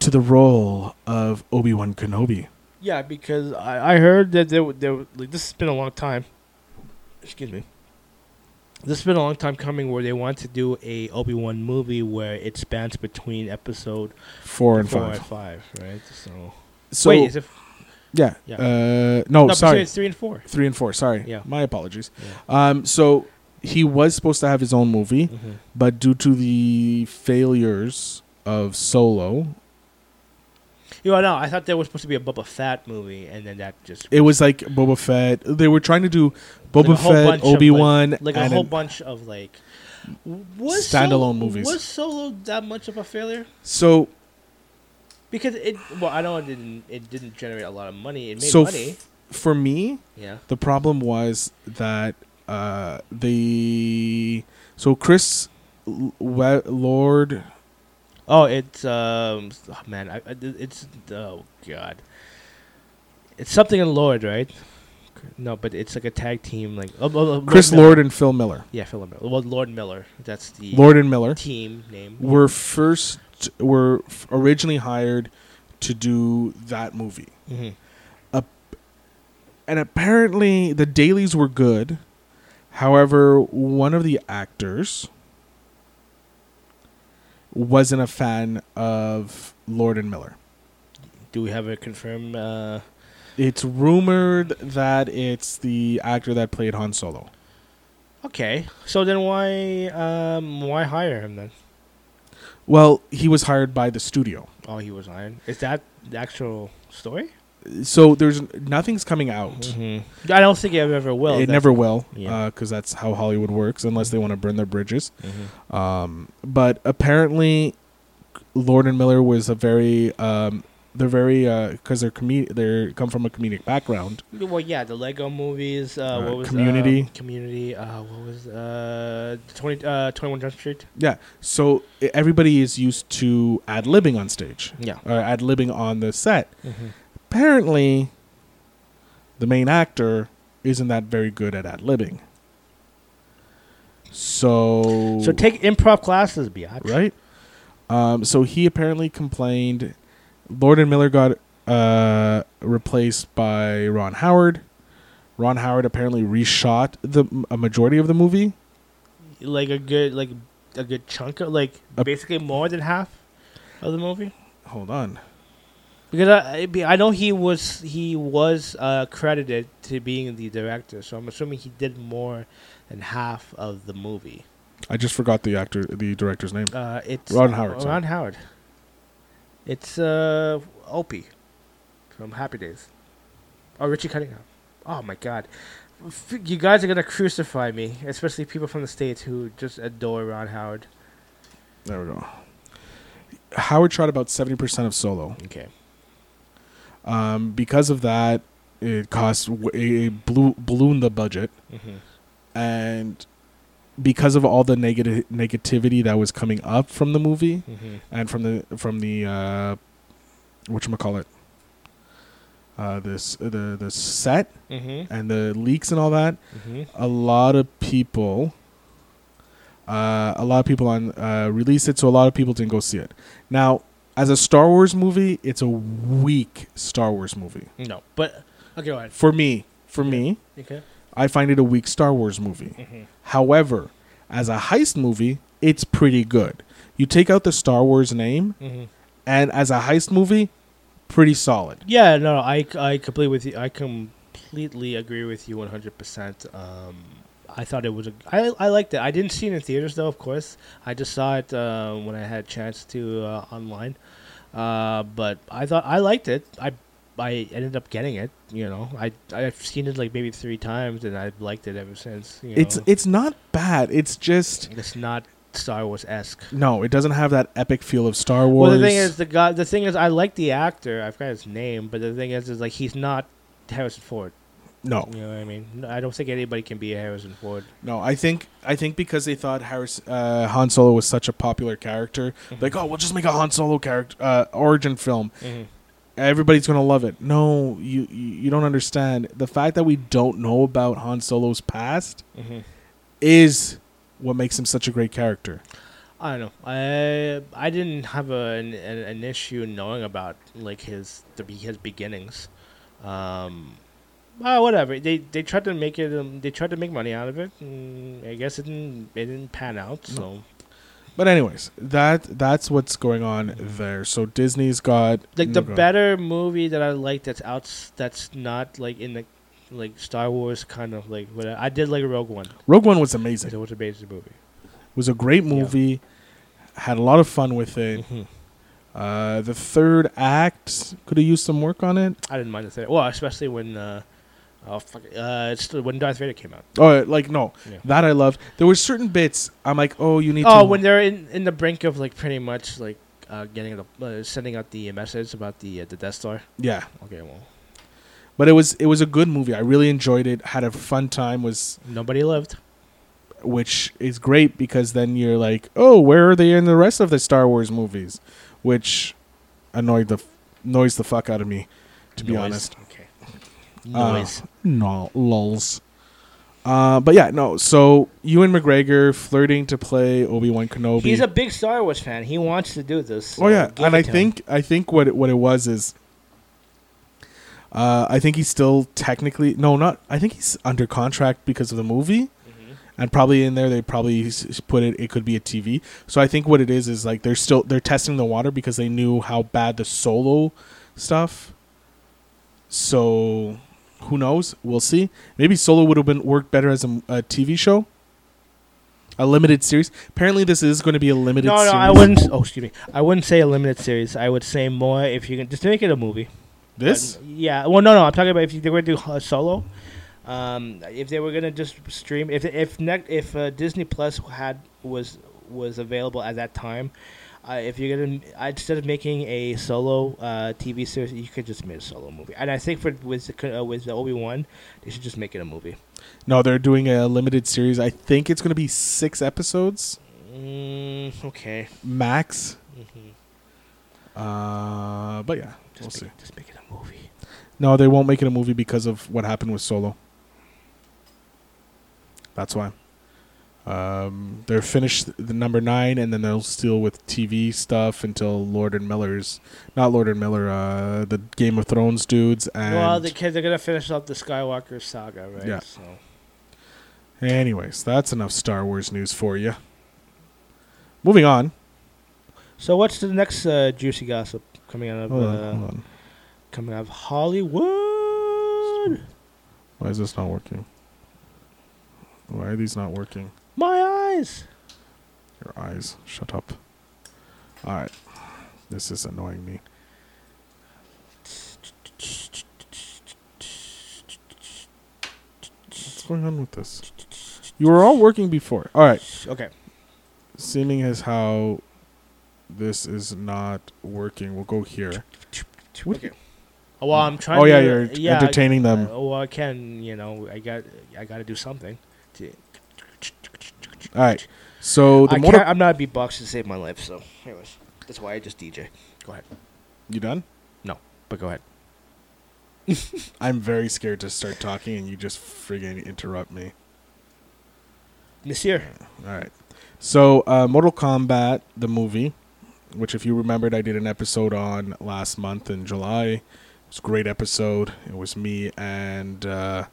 Speaker 1: to the role of Obi Wan Kenobi.
Speaker 4: Yeah, because I, I heard that there, w- there w- like this has been a long time. Excuse me. This has been a long time coming where they want to do a Obi Wan movie where it spans between episode
Speaker 1: Four and
Speaker 4: four
Speaker 1: five.
Speaker 4: and five, right? So,
Speaker 1: So
Speaker 4: wait, is it
Speaker 1: yeah,
Speaker 4: yeah.
Speaker 1: Uh, no,
Speaker 4: no,
Speaker 1: sorry,
Speaker 4: between three and four?
Speaker 1: three and four. Sorry,
Speaker 4: Yeah.
Speaker 1: my apologies.
Speaker 4: Yeah.
Speaker 1: Um, so he was supposed to have his own movie, but due to the failures of Solo,
Speaker 4: You know, no, I thought there was supposed to be a Boba Fett movie, and then that just
Speaker 1: it was like Boba Fett. They were trying to do
Speaker 4: like a
Speaker 1: Boba
Speaker 4: whole bunch
Speaker 1: Fett,
Speaker 4: of, like-
Speaker 1: Obi Wan,
Speaker 4: like, a
Speaker 1: and
Speaker 4: whole
Speaker 1: an-
Speaker 4: bunch of like was
Speaker 1: Standalone
Speaker 4: Solo,
Speaker 1: movies.
Speaker 4: Was Solo that much of a failure?
Speaker 1: so
Speaker 4: Because it well, I know it didn't it didn't generate a lot of money. It made
Speaker 1: so
Speaker 4: money.
Speaker 1: f- for me,
Speaker 4: yeah.
Speaker 1: the problem was that uh, the so Chris L- We- Lord
Speaker 4: Oh, it's um oh, man, I, I- it's oh god. It's something in Lord, right? No, but it's like a tag team, like oh, oh, oh,
Speaker 1: Chris
Speaker 4: Miller.
Speaker 1: Lord and Phil Miller,
Speaker 4: Yeah, Phil Miller. Well, Lord Miller. That's the
Speaker 1: Lord and Miller
Speaker 4: team name.
Speaker 1: were first were f- originally hired to do that movie.
Speaker 4: hmm
Speaker 1: and apparently the dailies were good. However, one of the actors wasn't a fan of Lord and Miller.
Speaker 4: Do we have a confirmed? Uh,
Speaker 1: It's rumored that it's the actor that played Han Solo.
Speaker 4: okay, so then why um why hire him then?
Speaker 1: Well, he was hired by the studio.
Speaker 4: Oh, he was hired. Is that the actual story?
Speaker 1: So there's nothing's coming out.
Speaker 4: Mm-hmm. I don't think it ever will.
Speaker 1: it
Speaker 4: That's-
Speaker 1: never will, because
Speaker 4: Yeah.
Speaker 1: that's how Hollywood works, unless they want to burn their bridges.
Speaker 4: Mhm.
Speaker 1: Um, but apparently, Lord and Miller was a very um, they're very because they're comed they come from a comedic background.
Speaker 4: Well, yeah, the Lego movies. Uh,
Speaker 1: Uh,
Speaker 4: what was
Speaker 1: Community.
Speaker 4: uh, community. Uh, what was uh, the 20, uh, 21 Jump Street?
Speaker 1: Yeah, so i- everybody is used to ad libbing on stage
Speaker 4: Yeah.
Speaker 1: or ad libbing on the set.
Speaker 4: Mm-hmm.
Speaker 1: Apparently, the main actor isn't that very good at ad libbing. So
Speaker 4: So take improv classes, biatch.
Speaker 1: right? Um, so he apparently complained. Lord and Miller got uh, replaced by Ron Howard. Ron Howard apparently reshot the a majority of the movie.
Speaker 4: Like a good, like a good chunk of, like
Speaker 1: A-
Speaker 4: basically more than half of the movie.
Speaker 1: Hold on,
Speaker 4: Because I, I be- I know he was he was uh, credited to being the director, so I'm assuming he did more than half of the movie.
Speaker 1: I just forgot the actor, the director's name.
Speaker 4: Uh, it's
Speaker 1: Ron Howard, sorry.
Speaker 4: Ron Howard. It's uh, Opie from Happy Days. Oh, Richie Cunningham. Oh my God, F- you guys are gonna crucify me, especially people from the states who just adore Ron Howard.
Speaker 1: There we go. Howard shot about seventy percent of Solo.
Speaker 4: Okay.
Speaker 1: Um, because of that, it cost w- it blew ballooned the budget.
Speaker 4: Mm-hmm.
Speaker 1: and because of all the negative negativity that was coming up from the movie
Speaker 4: Mm-hmm.
Speaker 1: and from the from the uh what call it uh this the the set
Speaker 4: Mm-hmm.
Speaker 1: and the leaks and all that
Speaker 4: Mm-hmm.
Speaker 1: a lot of people uh a lot of people on uh released it so a lot of people didn't go see it now as a Star Wars movie it's a weak Star Wars movie
Speaker 4: No, but okay, all right.
Speaker 1: for me for me
Speaker 4: Okay.
Speaker 1: I find it a weak Star Wars movie
Speaker 4: Mm-hmm.
Speaker 1: However, as a heist movie, it's pretty good. You take out the Star Wars name,
Speaker 4: Mm-hmm.
Speaker 1: and as a heist movie, pretty solid.
Speaker 4: Yeah, no, I, I completely with you. I completely agree with you 100%. Um, I thought it was a I I liked it. I didn't see it in theaters though, of course. I just saw it uh, when I had a chance to uh, online. Uh, but I thought I liked it. I I ended up getting it, you know. I I've seen it like maybe 3 times and I've liked it ever since, you know.
Speaker 1: It's it's not bad. It's just
Speaker 4: it's not Star Wars-esque.
Speaker 1: no, it doesn't have that epic feel of Star Wars.
Speaker 4: Well, the thing is, the guy. The thing is, I like the actor. I forgot his name, but the thing is, is like he's not Harrison Ford.
Speaker 1: no,
Speaker 4: You know what I mean? No, I don't think anybody can be a Harrison Ford.
Speaker 1: no. I think I think because they thought Harris uh, Han Solo was such a popular character,
Speaker 4: Mm-hmm.
Speaker 1: like oh, we'll just make a Han Solo character uh, origin film. Everybody's gonna love it. No, you you you don't understand the fact that we don't know about Han Solo's past. is what makes him such a great character.
Speaker 4: I don't know. I I didn't have a, an, an an issue knowing about like his the, be- his beginnings. Um, well, whatever. They they tried to make it. Um, they tried to make money out of it. And I guess it didn't. It didn't pan out. So.
Speaker 1: But anyways, that that's what's going on there. So Disney's got
Speaker 4: like the
Speaker 1: no, go-
Speaker 4: better movie that I like that's out that's not like in the like Star Wars kind of like what I, I did like Rogue One.
Speaker 1: Rogue One was
Speaker 4: It
Speaker 1: amazing. It
Speaker 4: was a basic movie.
Speaker 1: was a great movie. Had a lot of fun with it.
Speaker 4: Mhm.
Speaker 1: Uh, the third act could have used some work on it.
Speaker 4: I didn't mind the third. Well, especially when uh, oh fuck, it, uh, it's the- when Darth Vader came out.
Speaker 1: Oh, like no,
Speaker 4: Yeah.
Speaker 1: that I loved. There were certain bits I'm like, oh, you need.
Speaker 4: Oh,
Speaker 1: to
Speaker 4: when they're in, in the brink of like pretty much like uh, getting the uh, sending out the message about the uh, the Death Star.
Speaker 1: yeah.
Speaker 4: Okay, well,
Speaker 1: But it was it was a good movie. I really enjoyed it. Had a fun time. Was
Speaker 4: nobody lived.
Speaker 1: which is great because then you're like, oh, where are they in the rest of the Star Wars movies? Which annoyed the f- annoys the fuck out of me, to be
Speaker 4: Noise.
Speaker 1: honest. Uh,
Speaker 4: Okay. Noise.
Speaker 1: No lulls. Uh, but yeah, no. So Ewan McGregor flirting to play Obi Wan Kenobi.
Speaker 4: He's a big Star Wars fan. He wants to do this. so
Speaker 1: oh yeah,
Speaker 4: give
Speaker 1: and
Speaker 4: it
Speaker 1: I
Speaker 4: to him.
Speaker 1: think I think what it, what it was is, uh, I think he's still technically no, not I think he's under contract because of the movie,
Speaker 4: Mm-hmm.
Speaker 1: and probably in there they probably s- s- put it. It could be a TV. So I think what it is is like they're still they're testing the water because they knew how bad the solo stuff. So who knows? We'll see. Maybe solo would have been worked better as a, m- a TV show. A limited series. Apparently, this is going to be a limited.
Speaker 4: No, no,
Speaker 1: series.
Speaker 4: I wouldn't. Oh, excuse me. I wouldn't say a limited series. I would say more if you can just make it a movie.
Speaker 1: This
Speaker 4: But, yeah. Well, no, no. I'm talking about if you, they were to do a solo. Um, if they were gonna just stream, if if next, if uh, Disney Plus had was was available at that time, uh, if you're gonna uh, instead of making a solo uh, TV series, you could just make a solo movie. And I think for with the, co- uh, with the Obi Wan, they should just make it a movie.
Speaker 1: No, they're doing a limited series. I think it's going to be six episodes
Speaker 4: Mm, okay.
Speaker 1: max.
Speaker 4: hmm
Speaker 1: Uh, but yeah, we'll
Speaker 4: Just,
Speaker 1: see.
Speaker 4: make, just make it a movie.
Speaker 1: No, they won't make it a movie because of what happened with Solo. That's why. Um, they're finished the number nine, and then they'll steal with TV stuff until Lord and Miller's, not Lord and Miller, uh, the Game of Thrones dudes. And
Speaker 4: well, the kids are gonna finish up the Skywalker saga, right?
Speaker 1: Yeah.
Speaker 4: So.
Speaker 1: anyways, that's enough Star Wars news for you. Moving on.
Speaker 4: So what's the next uh, juicy gossip coming out of
Speaker 1: Hold on,
Speaker 4: uh,
Speaker 1: hold on.
Speaker 4: coming out of Hollywood?
Speaker 1: Why is this not working? Why are these not working?
Speaker 4: My eyes.
Speaker 1: Your eyes. Shut up. All right. This is annoying me. What's going on with this? You were all working before. All right.
Speaker 4: Okay.
Speaker 1: Seeming as how this is not working, we'll go here. What-
Speaker 4: Okay. Well, I'm trying.
Speaker 1: Oh, yeah,
Speaker 4: to,
Speaker 1: you're
Speaker 4: yeah,
Speaker 1: entertaining
Speaker 4: I,
Speaker 1: them.
Speaker 4: Uh, well, I can. You know, I got. I got to do something. To,
Speaker 1: All right. So the
Speaker 4: I
Speaker 1: motor.
Speaker 4: can't, I'm not a beatbox to save my life. So, anyways, that's why I just DJ. Go ahead.
Speaker 1: You done?
Speaker 4: But go ahead.
Speaker 1: I'm very scared to start talking and you just friggin' interrupt me.
Speaker 4: Monsieur.
Speaker 1: All right. So, uh, Mortal Kombat, the movie, which, if you remembered, I did an episode on last month in July. It was a great episode. It was me and uh,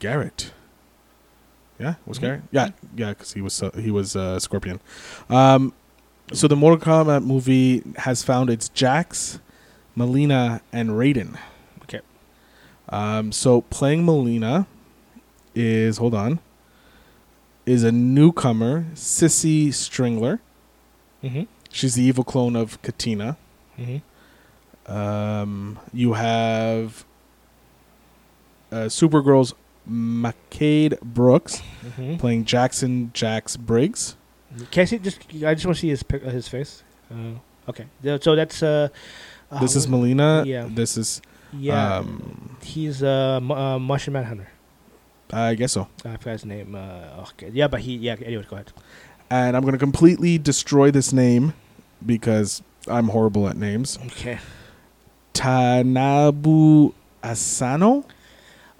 Speaker 1: Garrett. Yeah, was
Speaker 4: Mhm.
Speaker 1: Garrett? Yeah, yeah, because he was uh, he was uh, Scorpion. Um, so the Mortal Kombat movie has found its Jax, Melina, and Raiden.
Speaker 4: Okay.
Speaker 1: Um, so playing Melina is hold on is a newcomer, Sissy Stringler.
Speaker 4: Mm-hmm.
Speaker 1: She's the evil clone of Katina.
Speaker 4: Mm-hmm.
Speaker 1: Um, you have uh, Supergirl's Macade Brooks
Speaker 4: Mm-hmm.
Speaker 1: playing Jackson Jax Briggs.
Speaker 4: Can I see? Just I just want to see his pic- his face. Uh, okay. Th- So that's uh. uh,
Speaker 1: this is Melina.
Speaker 4: yeah.
Speaker 1: This is
Speaker 4: Yeah.
Speaker 1: um,
Speaker 4: He's a mu- uh, Martian Manhunter.
Speaker 1: I guess so.
Speaker 4: I forgot his name. Uh, okay. Yeah, but he. Yeah. Anyway, go ahead.
Speaker 1: And I'm gonna completely destroy this name because I'm horrible at names.
Speaker 4: Okay.
Speaker 1: Tanabu Asano.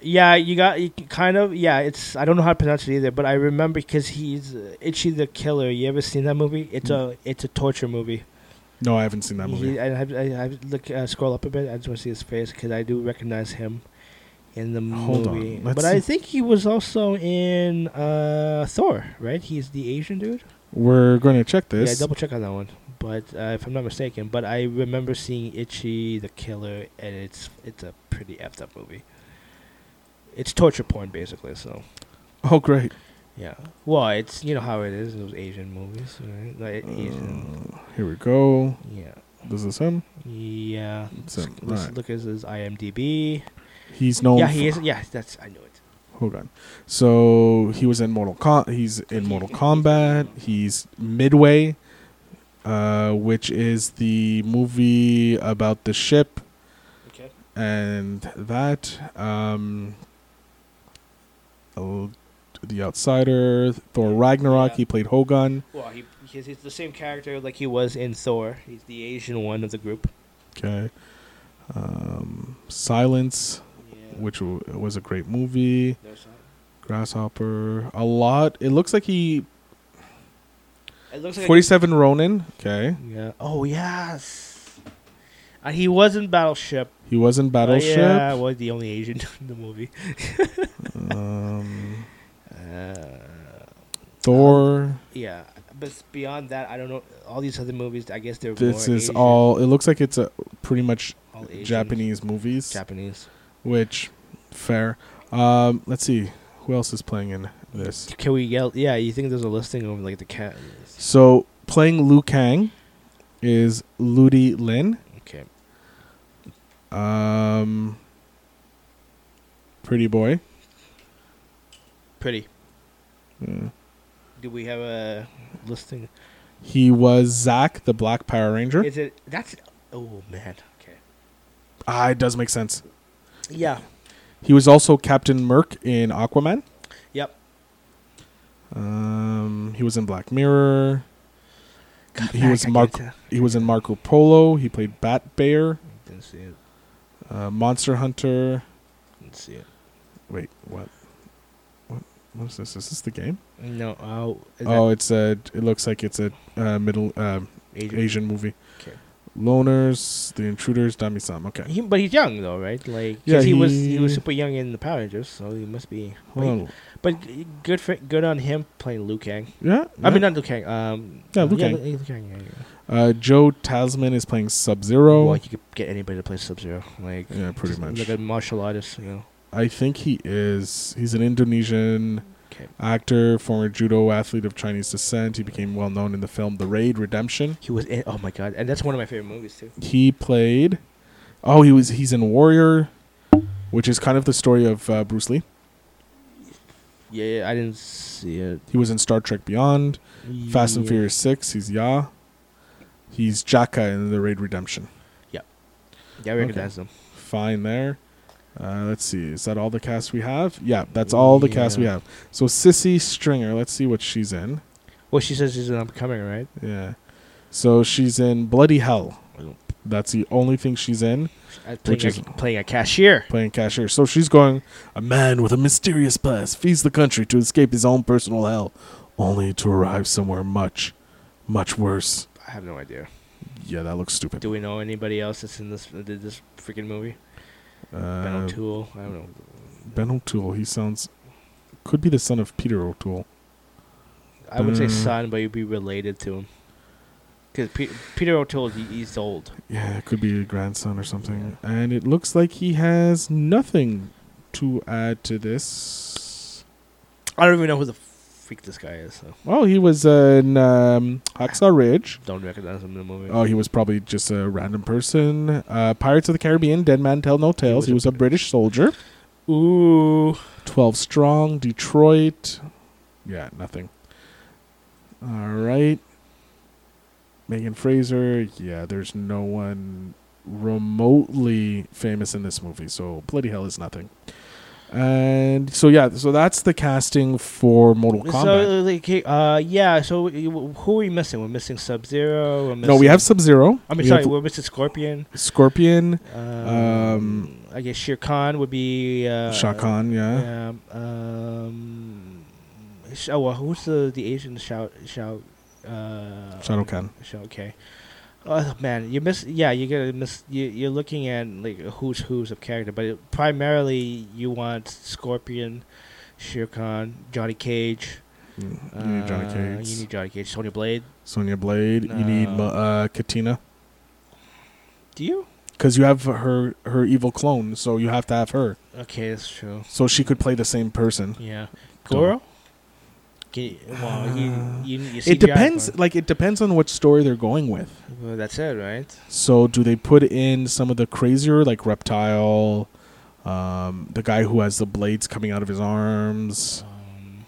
Speaker 4: Yeah, you got you can kind of. Yeah, it's. I don't know how to pronounce it either, but I remember because he's uh, Itchy the Killer. You ever seen that movie? It's a. It's a torture movie.
Speaker 1: No, I haven't seen Mm. that movie.
Speaker 4: He- I have. I have look. Uh, scroll up a bit. I just want to see his face because I do recognize him in the
Speaker 1: Hold on,
Speaker 4: movie.
Speaker 1: let's
Speaker 4: But I
Speaker 1: see.
Speaker 4: think he was also in uh, Thor. Right? He's the Asian dude.
Speaker 1: We're going to check this.
Speaker 4: Yeah, double check on that one. But uh, if I'm not mistaken, but I remember seeing Itchy the Killer, and it's it's a pretty effed up movie. It's torture porn, basically. So
Speaker 1: Oh, great.
Speaker 4: yeah. Well, it's you know how it is in those Asian movies, right? Like
Speaker 1: Uh,
Speaker 4: Asian.
Speaker 1: Here we go.
Speaker 4: Yeah.
Speaker 1: This is him.
Speaker 4: Yeah.
Speaker 1: So,
Speaker 4: Let's- let's
Speaker 1: alright.
Speaker 4: look at his IMDb.
Speaker 1: He's known.
Speaker 4: yeah,
Speaker 1: for-
Speaker 4: he is. Yeah, that's I knew it.
Speaker 1: Hold on. So he was in Mortal Com- He's in Mortal Kombat. He's Midway, uh, which is the movie about the ship
Speaker 4: Okay.
Speaker 1: and that. Um, uh, the Outsider, Thor Ragnarok.
Speaker 4: Yeah.
Speaker 1: He played Hogan.
Speaker 4: Well, he he's, he's the same character like he was in Thor. He's the Asian one of the group.
Speaker 1: Okay. Um, Silence,
Speaker 4: Yeah.
Speaker 1: which w- was a great movie.
Speaker 4: There's that.
Speaker 1: Grasshopper. A lot. It looks like he
Speaker 4: It looks like.
Speaker 1: 47 Ronin. Okay.
Speaker 4: yeah. Oh yes. And he was in Battleship.
Speaker 1: He was in
Speaker 4: Uh,
Speaker 1: Battleship.
Speaker 4: yeah, was the only Asian <laughs> in the movie.
Speaker 1: um,
Speaker 4: Uh, Oh,
Speaker 1: Thor.
Speaker 4: yeah, but s- beyond that, I don't know. All these other movies, I guess they're
Speaker 1: This
Speaker 4: more
Speaker 1: is
Speaker 4: Asian-
Speaker 1: all. It looks like it's a pretty much
Speaker 4: all Asian-
Speaker 1: Japanese movies,
Speaker 4: Japanese.
Speaker 1: which fair. Um, let's see who else is playing in this.
Speaker 4: Can we yell? Yeah, you think there's a listing of like the cat?
Speaker 1: So playing Liu Kang is Ludi Lin.
Speaker 4: Okay.
Speaker 1: Um, pretty boy.
Speaker 4: Pretty.
Speaker 1: Yeah.
Speaker 4: Do we have a listing?
Speaker 1: He was Zack, the Black Power Ranger.
Speaker 4: Is it that's? Oh man. Okay.
Speaker 1: ah, it does make sense.
Speaker 4: Yeah.
Speaker 1: He was also Captain Merc in Aquaman.
Speaker 4: Yep.
Speaker 1: Um, he was in Black Mirror. he
Speaker 4: Fuck,
Speaker 1: was
Speaker 4: I
Speaker 1: Mark.
Speaker 4: can't
Speaker 1: He was in Marco Polo. He played Bat Bear,
Speaker 4: tell. Didn't see it.
Speaker 1: uh, Monster Hunter.
Speaker 4: Didn't see it.
Speaker 1: Wait, what? What? What is this? Is this the game?
Speaker 4: No. Oh. Is
Speaker 1: oh, it's a. It looks like it's a uh, middle um
Speaker 4: that Asian.
Speaker 1: Asian movie.
Speaker 4: Okay.
Speaker 1: Loners, The Intruders, Dami-sam. Okay.
Speaker 4: He, but he's young though, right? Like, 'cause
Speaker 1: Yeah,
Speaker 4: he, was he
Speaker 1: he-
Speaker 4: was super young in the Power Rangers, so he must be.
Speaker 1: Hold on.
Speaker 4: But g- good for good on him playing Liu Kang.
Speaker 1: Yeah.
Speaker 4: I mean,
Speaker 1: yeah.
Speaker 4: not Liu Kang. Um,
Speaker 1: Yeah, Liu Kang.
Speaker 4: Liu Kang. Yeah, yeah.
Speaker 1: uh, Joe Tasman is playing Sub Zero.
Speaker 4: Well, you could get anybody to play Sub Zero, like
Speaker 1: yeah, pretty
Speaker 4: just
Speaker 1: much.
Speaker 4: like a martial artist. You know,
Speaker 1: I think he is. He's an Indonesian
Speaker 4: Okay.
Speaker 1: actor, former judo athlete of Chinese descent. He became well known in the film The Raid Redemption.
Speaker 4: he was. In, oh my god, and that's one of my favorite movies too.
Speaker 1: He played. Oh, he was. He's in Warrior, which is kind of the story of uh, Bruce Lee.
Speaker 4: Yeah, yeah, I didn't see it.
Speaker 1: He was in Star Trek Beyond, Fast and
Speaker 4: Yeah.
Speaker 1: Furious Six. He's Yah. He's Jaka in The Raid Redemption.
Speaker 4: Yeah, I recognize them.
Speaker 1: Fine there. Uh, let's see. Is that all the cast we have? Yeah, that's all the cast we
Speaker 4: Yeah.
Speaker 1: have. So Sissy Stringer. Let's see what she's in.
Speaker 4: Well, she says she's an upcoming, right?
Speaker 1: Yeah. So she's in Bloody Hell. That's the only thing she's in
Speaker 4: Uh, Playing,
Speaker 1: is-
Speaker 4: a, playing a cashier.
Speaker 1: playing cashier. So she's going, a man with a mysterious past flees the country to escape his own personal hell, only to arrive somewhere much, much worse.
Speaker 4: I have no idea.
Speaker 1: Yeah, that looks stupid.
Speaker 4: Do we know anybody else that's in this did this freaking movie? ben
Speaker 1: Uh,
Speaker 4: O'Toole. I don't know.
Speaker 1: ben O'Toole. He sounds could be the son of Peter O'Toole.
Speaker 4: I would say
Speaker 1: Mm.
Speaker 4: son, but you'd be related to him. Because Pe- Peter O'Toole, he- he's old.
Speaker 1: Yeah, it could be a grandson or something. And it looks like he has nothing to add to this.
Speaker 4: I don't even know who the freak this guy is. So
Speaker 1: Well, he was in um, Hacksaw Ridge.
Speaker 4: don't recognize him in the movie.
Speaker 1: Oh, he was probably just a random person. Uh, Pirates of the Caribbean, Dead Man Tell No Tales. He was a British soldier.
Speaker 4: Ooh,
Speaker 1: 12 Strong, Detroit. Yeah, nothing. All right. Megan Fraser. Yeah, there's no one remotely famous in this movie, so bloody hell is nothing. And so, yeah, so that's the casting for Mortal Kombat.
Speaker 4: so like, he- uh, yeah. So you- who are we missing? We're missing Sub Zero.
Speaker 1: no, we have Sub Zero.
Speaker 4: I mean,
Speaker 1: we
Speaker 4: sorry,
Speaker 1: have
Speaker 4: we're missing Scorpion.
Speaker 1: Scorpion,
Speaker 4: Um,
Speaker 1: Um,
Speaker 4: I guess Shere Khan would be. Uh,
Speaker 1: Shah Khan, yeah.
Speaker 4: Yeah. Um, sh- oh, well, who's the the Asian shout shout? Uh,
Speaker 1: Shah Rukh Khan.
Speaker 4: Shao- okay. Oh man, you miss. Yeah, you're gonna miss. You, you're looking at like a who's who's of character, but it, primarily you want Scorpion, Shere Khan, Johnny Cage.
Speaker 1: Mm, You need Johnny
Speaker 4: uh,
Speaker 1: Cage.
Speaker 4: You need Johnny Cage. Sonya Blade.
Speaker 1: Sonya Blade. You need
Speaker 4: No.
Speaker 1: Ma- uh, Katina.
Speaker 4: Do you?
Speaker 1: because you have her her evil clone, so you have to have her,
Speaker 4: Okay, that's true.
Speaker 1: so she could play the same person.
Speaker 4: Yeah, Goro. Can- well, you- you- you
Speaker 1: Uh, it
Speaker 4: CGI
Speaker 1: depends.
Speaker 4: Goro.
Speaker 1: Like it depends on what story they're going with.
Speaker 4: Well, that's it, right?
Speaker 1: So do they put in some of the crazier, like reptile, um, the guy who has the blades coming out of his arms?
Speaker 4: Um,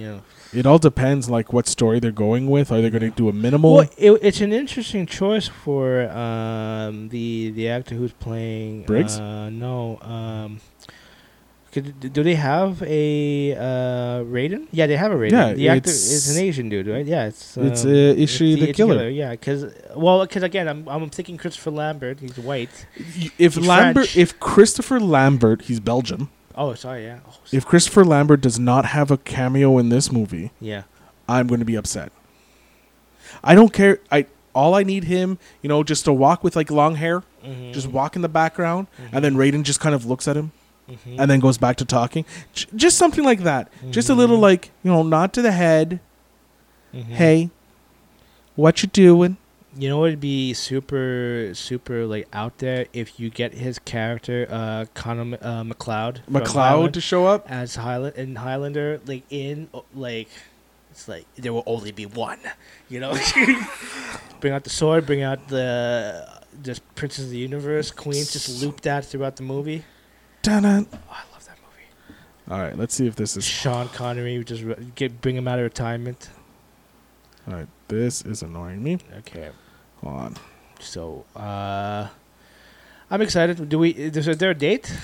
Speaker 4: yeah.
Speaker 1: It all depends, like what story they're going with. Are they going to do a minimal?
Speaker 4: Well, it, it's an interesting choice for um, the the actor who's playing
Speaker 1: Briggs?
Speaker 4: Uh, no. Um, could, d- do they have a uh, Raiden? Yeah, they have a Raiden.
Speaker 1: Yeah,
Speaker 4: the actor
Speaker 1: it's-
Speaker 4: is an Asian dude, right? Yeah, it's
Speaker 1: it's uh,
Speaker 4: um,
Speaker 1: is
Speaker 4: it's
Speaker 1: she the,
Speaker 4: it's
Speaker 1: killer?
Speaker 4: Yeah, because well, because again, I'm I'm thinking Christopher Lambert. He's white.
Speaker 1: Y- If
Speaker 4: He's
Speaker 1: Lambert,
Speaker 4: French.
Speaker 1: if Christopher Lambert, he's Belgium.
Speaker 4: Oh, sorry. Yeah. Oh, s-
Speaker 1: If Christopher Lambert does not have a cameo in this movie,
Speaker 4: yeah.
Speaker 1: I'm going to be upset. I don't care. I all I need him, you know, just to walk with like long hair,
Speaker 4: Mhm.
Speaker 1: just walk in the background,
Speaker 4: Mhm.
Speaker 1: and then Raiden just kind of looks at him.
Speaker 4: Mhm.
Speaker 1: and then goes back to talking. J- just something like that. Just a little
Speaker 4: Mhm.
Speaker 1: like, you know, nod to the head.
Speaker 4: Mhm.
Speaker 1: Hey, what you doing?
Speaker 4: You know what would be super, super like out there if you get his character, uh, Connor M- uh, McLeod. from
Speaker 1: McLeod to
Speaker 4: Highland
Speaker 1: show up?
Speaker 4: as Highland in Highlander, like in uh, like, it's like there will only be one. You know, <laughs> bring out the sword, bring out the just Princess of the Universe, Queens, just loop that throughout the movie.
Speaker 1: Dun-dun.
Speaker 4: Oh, I love that movie.
Speaker 1: All right, let's see if this is.
Speaker 4: Sean Connery, just re- get bring him out of retirement.
Speaker 1: All right, this is annoying me.
Speaker 4: Okay.
Speaker 1: Hold on.
Speaker 4: So, uh, I'm excited. Do we? Is there a date?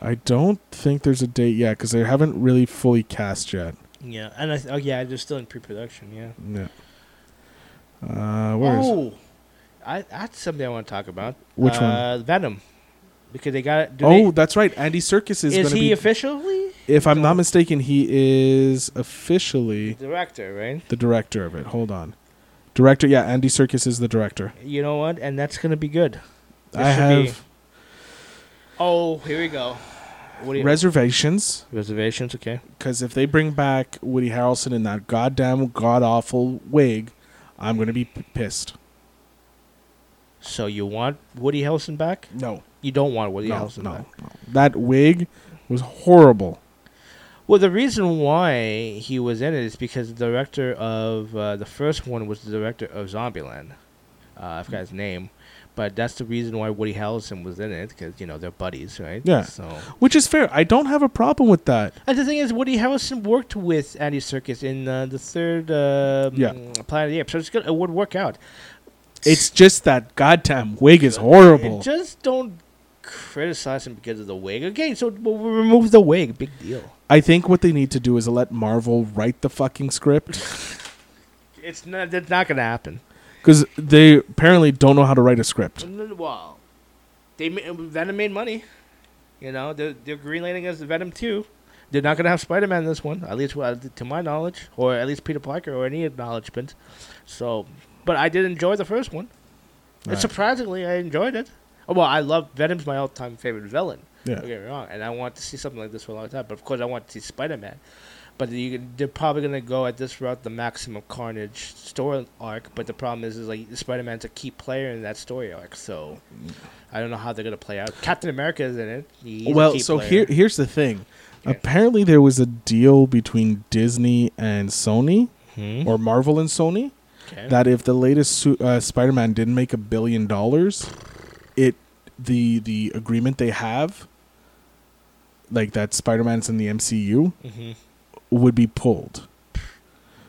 Speaker 1: I don't think there's a date yet because they haven't really fully cast yet.
Speaker 4: Yeah, and I th- oh yeah, they're still in pre-production. Yeah.
Speaker 1: Yeah. Uh, where is-
Speaker 4: oh, I that's something I want to talk about.
Speaker 1: Which one?
Speaker 4: uh, Venom, because they got. Do
Speaker 1: Oh,
Speaker 4: oh,
Speaker 1: that's right. Andy Circus is,
Speaker 4: is,
Speaker 1: going to
Speaker 4: he
Speaker 1: be.
Speaker 4: officially
Speaker 1: if I'm not mistaken, he is officially
Speaker 4: director? Right.
Speaker 1: the director of it. Hold on. Director, yeah, Andy Circus is the director.
Speaker 4: You know what? And that's gonna be good. This
Speaker 1: I
Speaker 4: should be-
Speaker 1: have
Speaker 4: Oh, here we go. What do you,
Speaker 1: reservations
Speaker 4: reservations? Okay.
Speaker 1: because if they bring back Woody Harrelson in that goddamn god awful wig, I'm gonna be p- pissed.
Speaker 4: So you want Woody Harrelson back?
Speaker 1: No,
Speaker 4: You don't want Woody
Speaker 1: no,
Speaker 4: Harrelson
Speaker 1: no,
Speaker 4: back.
Speaker 1: no. That wig was horrible.
Speaker 4: Well, the reason why he was in it is because the director of uh, the first one was the director of Zombieland. Uh, I forgot his name, but that's the reason why Woody Harrelson was in it because you know they're buddies, right?
Speaker 1: Yeah.
Speaker 4: So
Speaker 1: Which is fair. I don't have a problem with that.
Speaker 4: and the thing is, Woody Harrelson worked with Andy Serkis in uh, the third uh,
Speaker 1: Yeah.
Speaker 4: Planet of the Apes, so it's good. It would work out.
Speaker 1: It's just that goddamn wig is
Speaker 4: And
Speaker 1: horrible.
Speaker 4: just don't criticize him because of the wig. Okay, so we'll remove the wig. Big deal.
Speaker 1: I think what they need to do is let Marvel write the fucking script
Speaker 4: It's not. That's not gonna happen.
Speaker 1: because they apparently don't know how to write a script.
Speaker 4: Well, they ma- Venom made money. You know, they're, they're greenlighting us Venom 2. They're not going to have Spider Man this one, at least well, to my knowledge, or at least Peter Parker or any acknowledgement. So, but I did enjoy the first one. And
Speaker 1: Right.
Speaker 4: surprisingly, I enjoyed it. Oh, well, I love Venom's my all time favorite villain.
Speaker 1: Yeah.
Speaker 4: Don't get me wrong. And I want to see something like this for a long time. But of course, I want to see Spider Man. But you, they're probably going to go at this route, the Maximum Carnage story arc. But the problem is, is like Spider Man's a key player in that story arc. So I don't know how they're going to play out. Captain America is in it. He's a
Speaker 1: well,
Speaker 4: key
Speaker 1: so
Speaker 4: player.
Speaker 1: here here's the thing.
Speaker 4: Okay.
Speaker 1: Apparently, there was a deal between Disney and Sony,
Speaker 4: Hmm?
Speaker 1: or Marvel and Sony,
Speaker 4: Okay.
Speaker 1: that if the latest su- uh, Spider-Man didn't make a billion dollars, it the the agreement they have, like that Spider-Man's in the MCU,
Speaker 4: Mhm.
Speaker 1: would be pulled.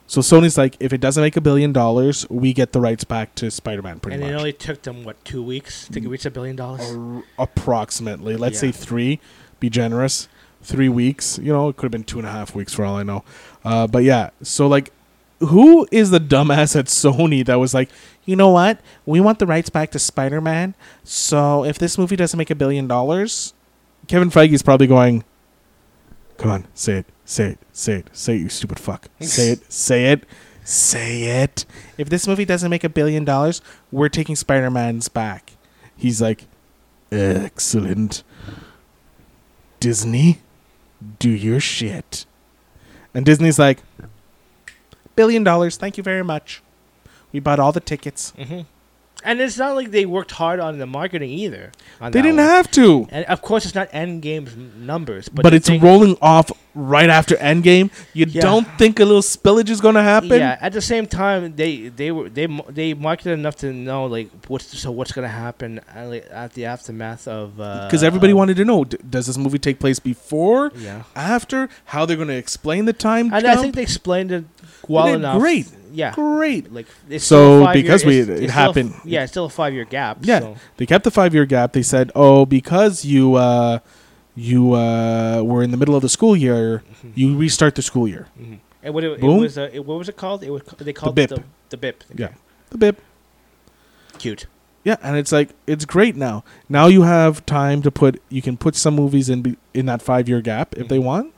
Speaker 1: So Sony's like, if it doesn't make a billion dollars, we get the rights back to Spider-Man, pretty
Speaker 4: And it
Speaker 1: much. Mm.
Speaker 4: only took them, what, two weeks to reach a billion dollars?
Speaker 1: Ar- approximately let's say
Speaker 4: Yeah.
Speaker 1: three be generous three weeks you know it could have been two and a half weeks for all i know uh, but yeah so like who is the dumbass at sony that was like you know what we want the rights back to spider-man so if this movie doesn't make a billion dollars kevin feige's probably going come on say it say it say it say it you stupid fuck say it say it say it if this movie doesn't make a billion dollars we're taking spider-man's back he's like Excellent. Disney, do your shit. And Disney's like, billion dollars, thank you very much. We bought all the tickets.
Speaker 4: Mm-hmm. And it's not like they worked hard on the marketing either. on
Speaker 1: They
Speaker 4: that
Speaker 1: didn't
Speaker 4: one.
Speaker 1: have to.
Speaker 4: And of course, it's not Endgame's n- numbers, but,
Speaker 1: But,
Speaker 4: the
Speaker 1: it's
Speaker 4: thing-
Speaker 1: rolling off right after Endgame. You
Speaker 4: Yeah.
Speaker 1: don't think a little spillage is going to happen?
Speaker 4: Yeah. At the same time, they they were they mo- they marketed enough to know like what's so what's gonna happen at, like, at the aftermath of uh,
Speaker 1: Because everybody wanted to know: d- Does this movie take place before,
Speaker 4: Yeah.
Speaker 1: after? How they're going to explain the time
Speaker 4: And I
Speaker 1: jump?
Speaker 4: think they explained it well
Speaker 1: did
Speaker 4: enough.
Speaker 1: great.
Speaker 4: Yeah.
Speaker 1: Great.
Speaker 4: Like it's
Speaker 1: So,
Speaker 4: still a five-year-
Speaker 1: because we-
Speaker 4: it's-
Speaker 1: it
Speaker 4: it's still a-
Speaker 1: happened.
Speaker 4: yeah, it's still a five year gap.
Speaker 1: Yeah,
Speaker 4: so.
Speaker 1: they kept the five year gap. They said, "Oh, because you uh, you uh, were in the middle of the school year, you restart the school year."
Speaker 4: Mm-hmm. And what it, it
Speaker 1: Boom.
Speaker 4: was, uh, it, what was it called? It was they called
Speaker 1: BIP.
Speaker 4: it the, the BIP.
Speaker 1: Yeah, the bib.
Speaker 4: Cute.
Speaker 1: Yeah, and it's like it's great now. Now you have time to put. You can put some movies in be, in that five year gap
Speaker 4: Mm-hmm.
Speaker 1: if they want.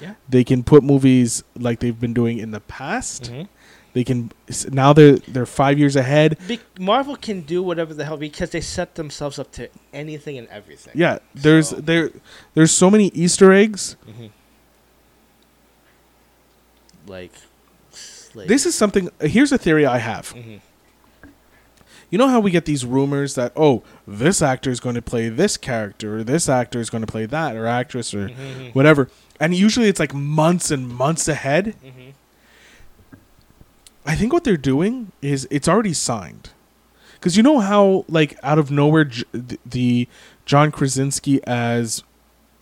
Speaker 4: Yeah.
Speaker 1: They can put movies like they've been doing in the past.
Speaker 4: Mhm.
Speaker 1: They can s- now they're they're five years ahead.
Speaker 4: Be- Marvel can do whatever the hell because they set themselves up to anything and everything.
Speaker 1: Yeah, there's
Speaker 4: So-
Speaker 1: there there's so many Easter eggs.
Speaker 4: Mm-hmm. Like, like
Speaker 1: This is something. uh, Here's a theory I have.
Speaker 4: Mhm.
Speaker 1: You know how we get these rumors that oh, this actor is going to play this character, or this actor is going to play that, or actress, or
Speaker 4: Mm-hmm.
Speaker 1: whatever, and usually it's like months and months ahead.
Speaker 4: Mm-hmm.
Speaker 1: I think what they're doing is it's already signed, because you know how like out of nowhere J- th- the John Krasinski as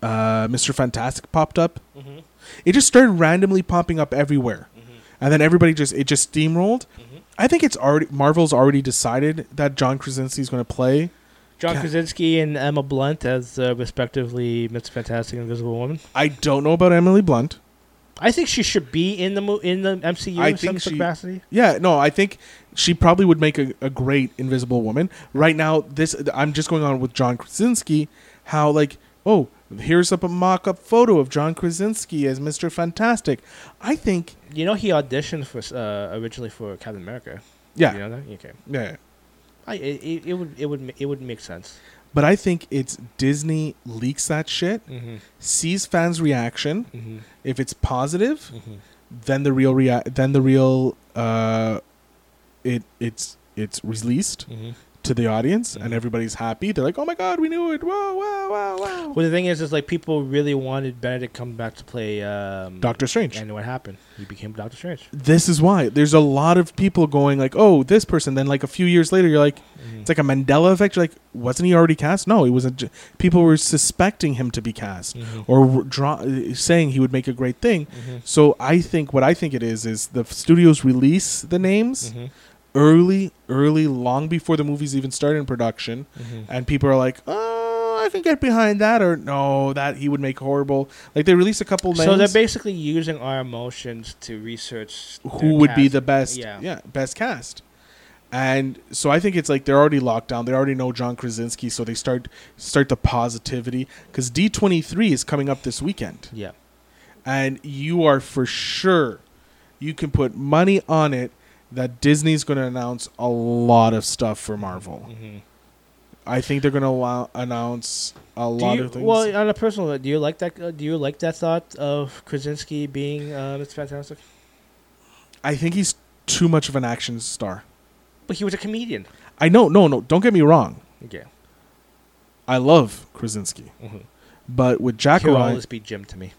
Speaker 1: uh, Mr. Fantastic popped up.
Speaker 4: Mm-hmm.
Speaker 1: It just started randomly popping up everywhere, and then everybody just it just steamrolled.
Speaker 4: Mm-hmm.
Speaker 1: I think it's already Marvel's already decided that John Krasinski is going to play.
Speaker 4: John
Speaker 1: God.
Speaker 4: Krasinski and Emma Blunt as uh, respectively Mr. Fantastic and Invisible Woman.
Speaker 1: I don't know about Emily Blunt.
Speaker 4: I think she should be in the mo- in the MCU
Speaker 1: I
Speaker 4: in some
Speaker 1: think she-
Speaker 4: capacity.
Speaker 1: Yeah, no, I think she probably would make a, a great Invisible Woman. Right now, this I'm just going on with John Krasinski. How like oh here's up a mock-up photo of John Krasinski as Mister Fantastic. I think
Speaker 4: You know, he auditioned for s- uh, originally for Captain America.
Speaker 1: yeah
Speaker 4: You know that? Okay.
Speaker 1: yeah,
Speaker 4: I, it, it- it would it would ma- it would make sense.
Speaker 1: but I think it's Disney leaks that shit,
Speaker 4: Mm-hmm.
Speaker 1: sees fans' reaction.
Speaker 4: Mm-hmm.
Speaker 1: If it's positive,
Speaker 4: Mhm.
Speaker 1: then the real rea- then the real uh, it it's it's released.
Speaker 4: Mm-hmm.
Speaker 1: to the audience and
Speaker 4: Mhm.
Speaker 1: everybody's happy. They're like, "Oh my god, we knew it! Wow, wow, wow, wow!"
Speaker 4: Well, the thing is, is like people really wanted Benedict come back to play um,
Speaker 1: Doctor Strange.
Speaker 4: and what happened? He became Doctor Strange.
Speaker 1: this is why there's a lot of people going like, "Oh, this person." Then like a few years later, you're like,
Speaker 4: Mm-hmm.
Speaker 1: it's like a Mandela effect. You're like, wasn't he already cast? No, he wasn't. j- People were suspecting him to be cast
Speaker 4: Mhm.
Speaker 1: or were draw, uh, saying he would make a great thing.
Speaker 4: Mm-hmm.
Speaker 1: So I think what I think it is is the studios release the names
Speaker 4: Mhm.
Speaker 1: early, early, long before the movies even start in production,
Speaker 4: Mhm.
Speaker 1: and people are like, "Oh, I can get behind that," or "No, that he would make horrible." Like they release a couple names.
Speaker 4: So they're basically using our emotions to research their
Speaker 1: who would be
Speaker 4: cast.
Speaker 1: the best?
Speaker 4: Yeah.
Speaker 1: best cast. And so I think it's like they're already locked down. They already know John Krasinski, so they start start the positivity because D twenty three is coming up this weekend.
Speaker 4: Yeah.
Speaker 1: and you are for sure you can put money on it that Disney's going to announce a lot of stuff for Marvel.
Speaker 4: Mm-hmm.
Speaker 1: I think they're going to allow- announce a
Speaker 4: Do
Speaker 1: lot
Speaker 4: you-
Speaker 1: of things.
Speaker 4: Well, on a personal note, do you like that? Uh, do you like that thought of Krasinski being uh, Mr. Fantastic?
Speaker 1: I think he's too much of an action star.
Speaker 4: But he was a comedian.
Speaker 1: I know, no, no, don't get me wrong.
Speaker 4: Yeah.
Speaker 1: I love Krasinski.
Speaker 4: Mhm.
Speaker 1: But with Jack
Speaker 4: He'll
Speaker 1: Ryan,
Speaker 4: always be Jim to me.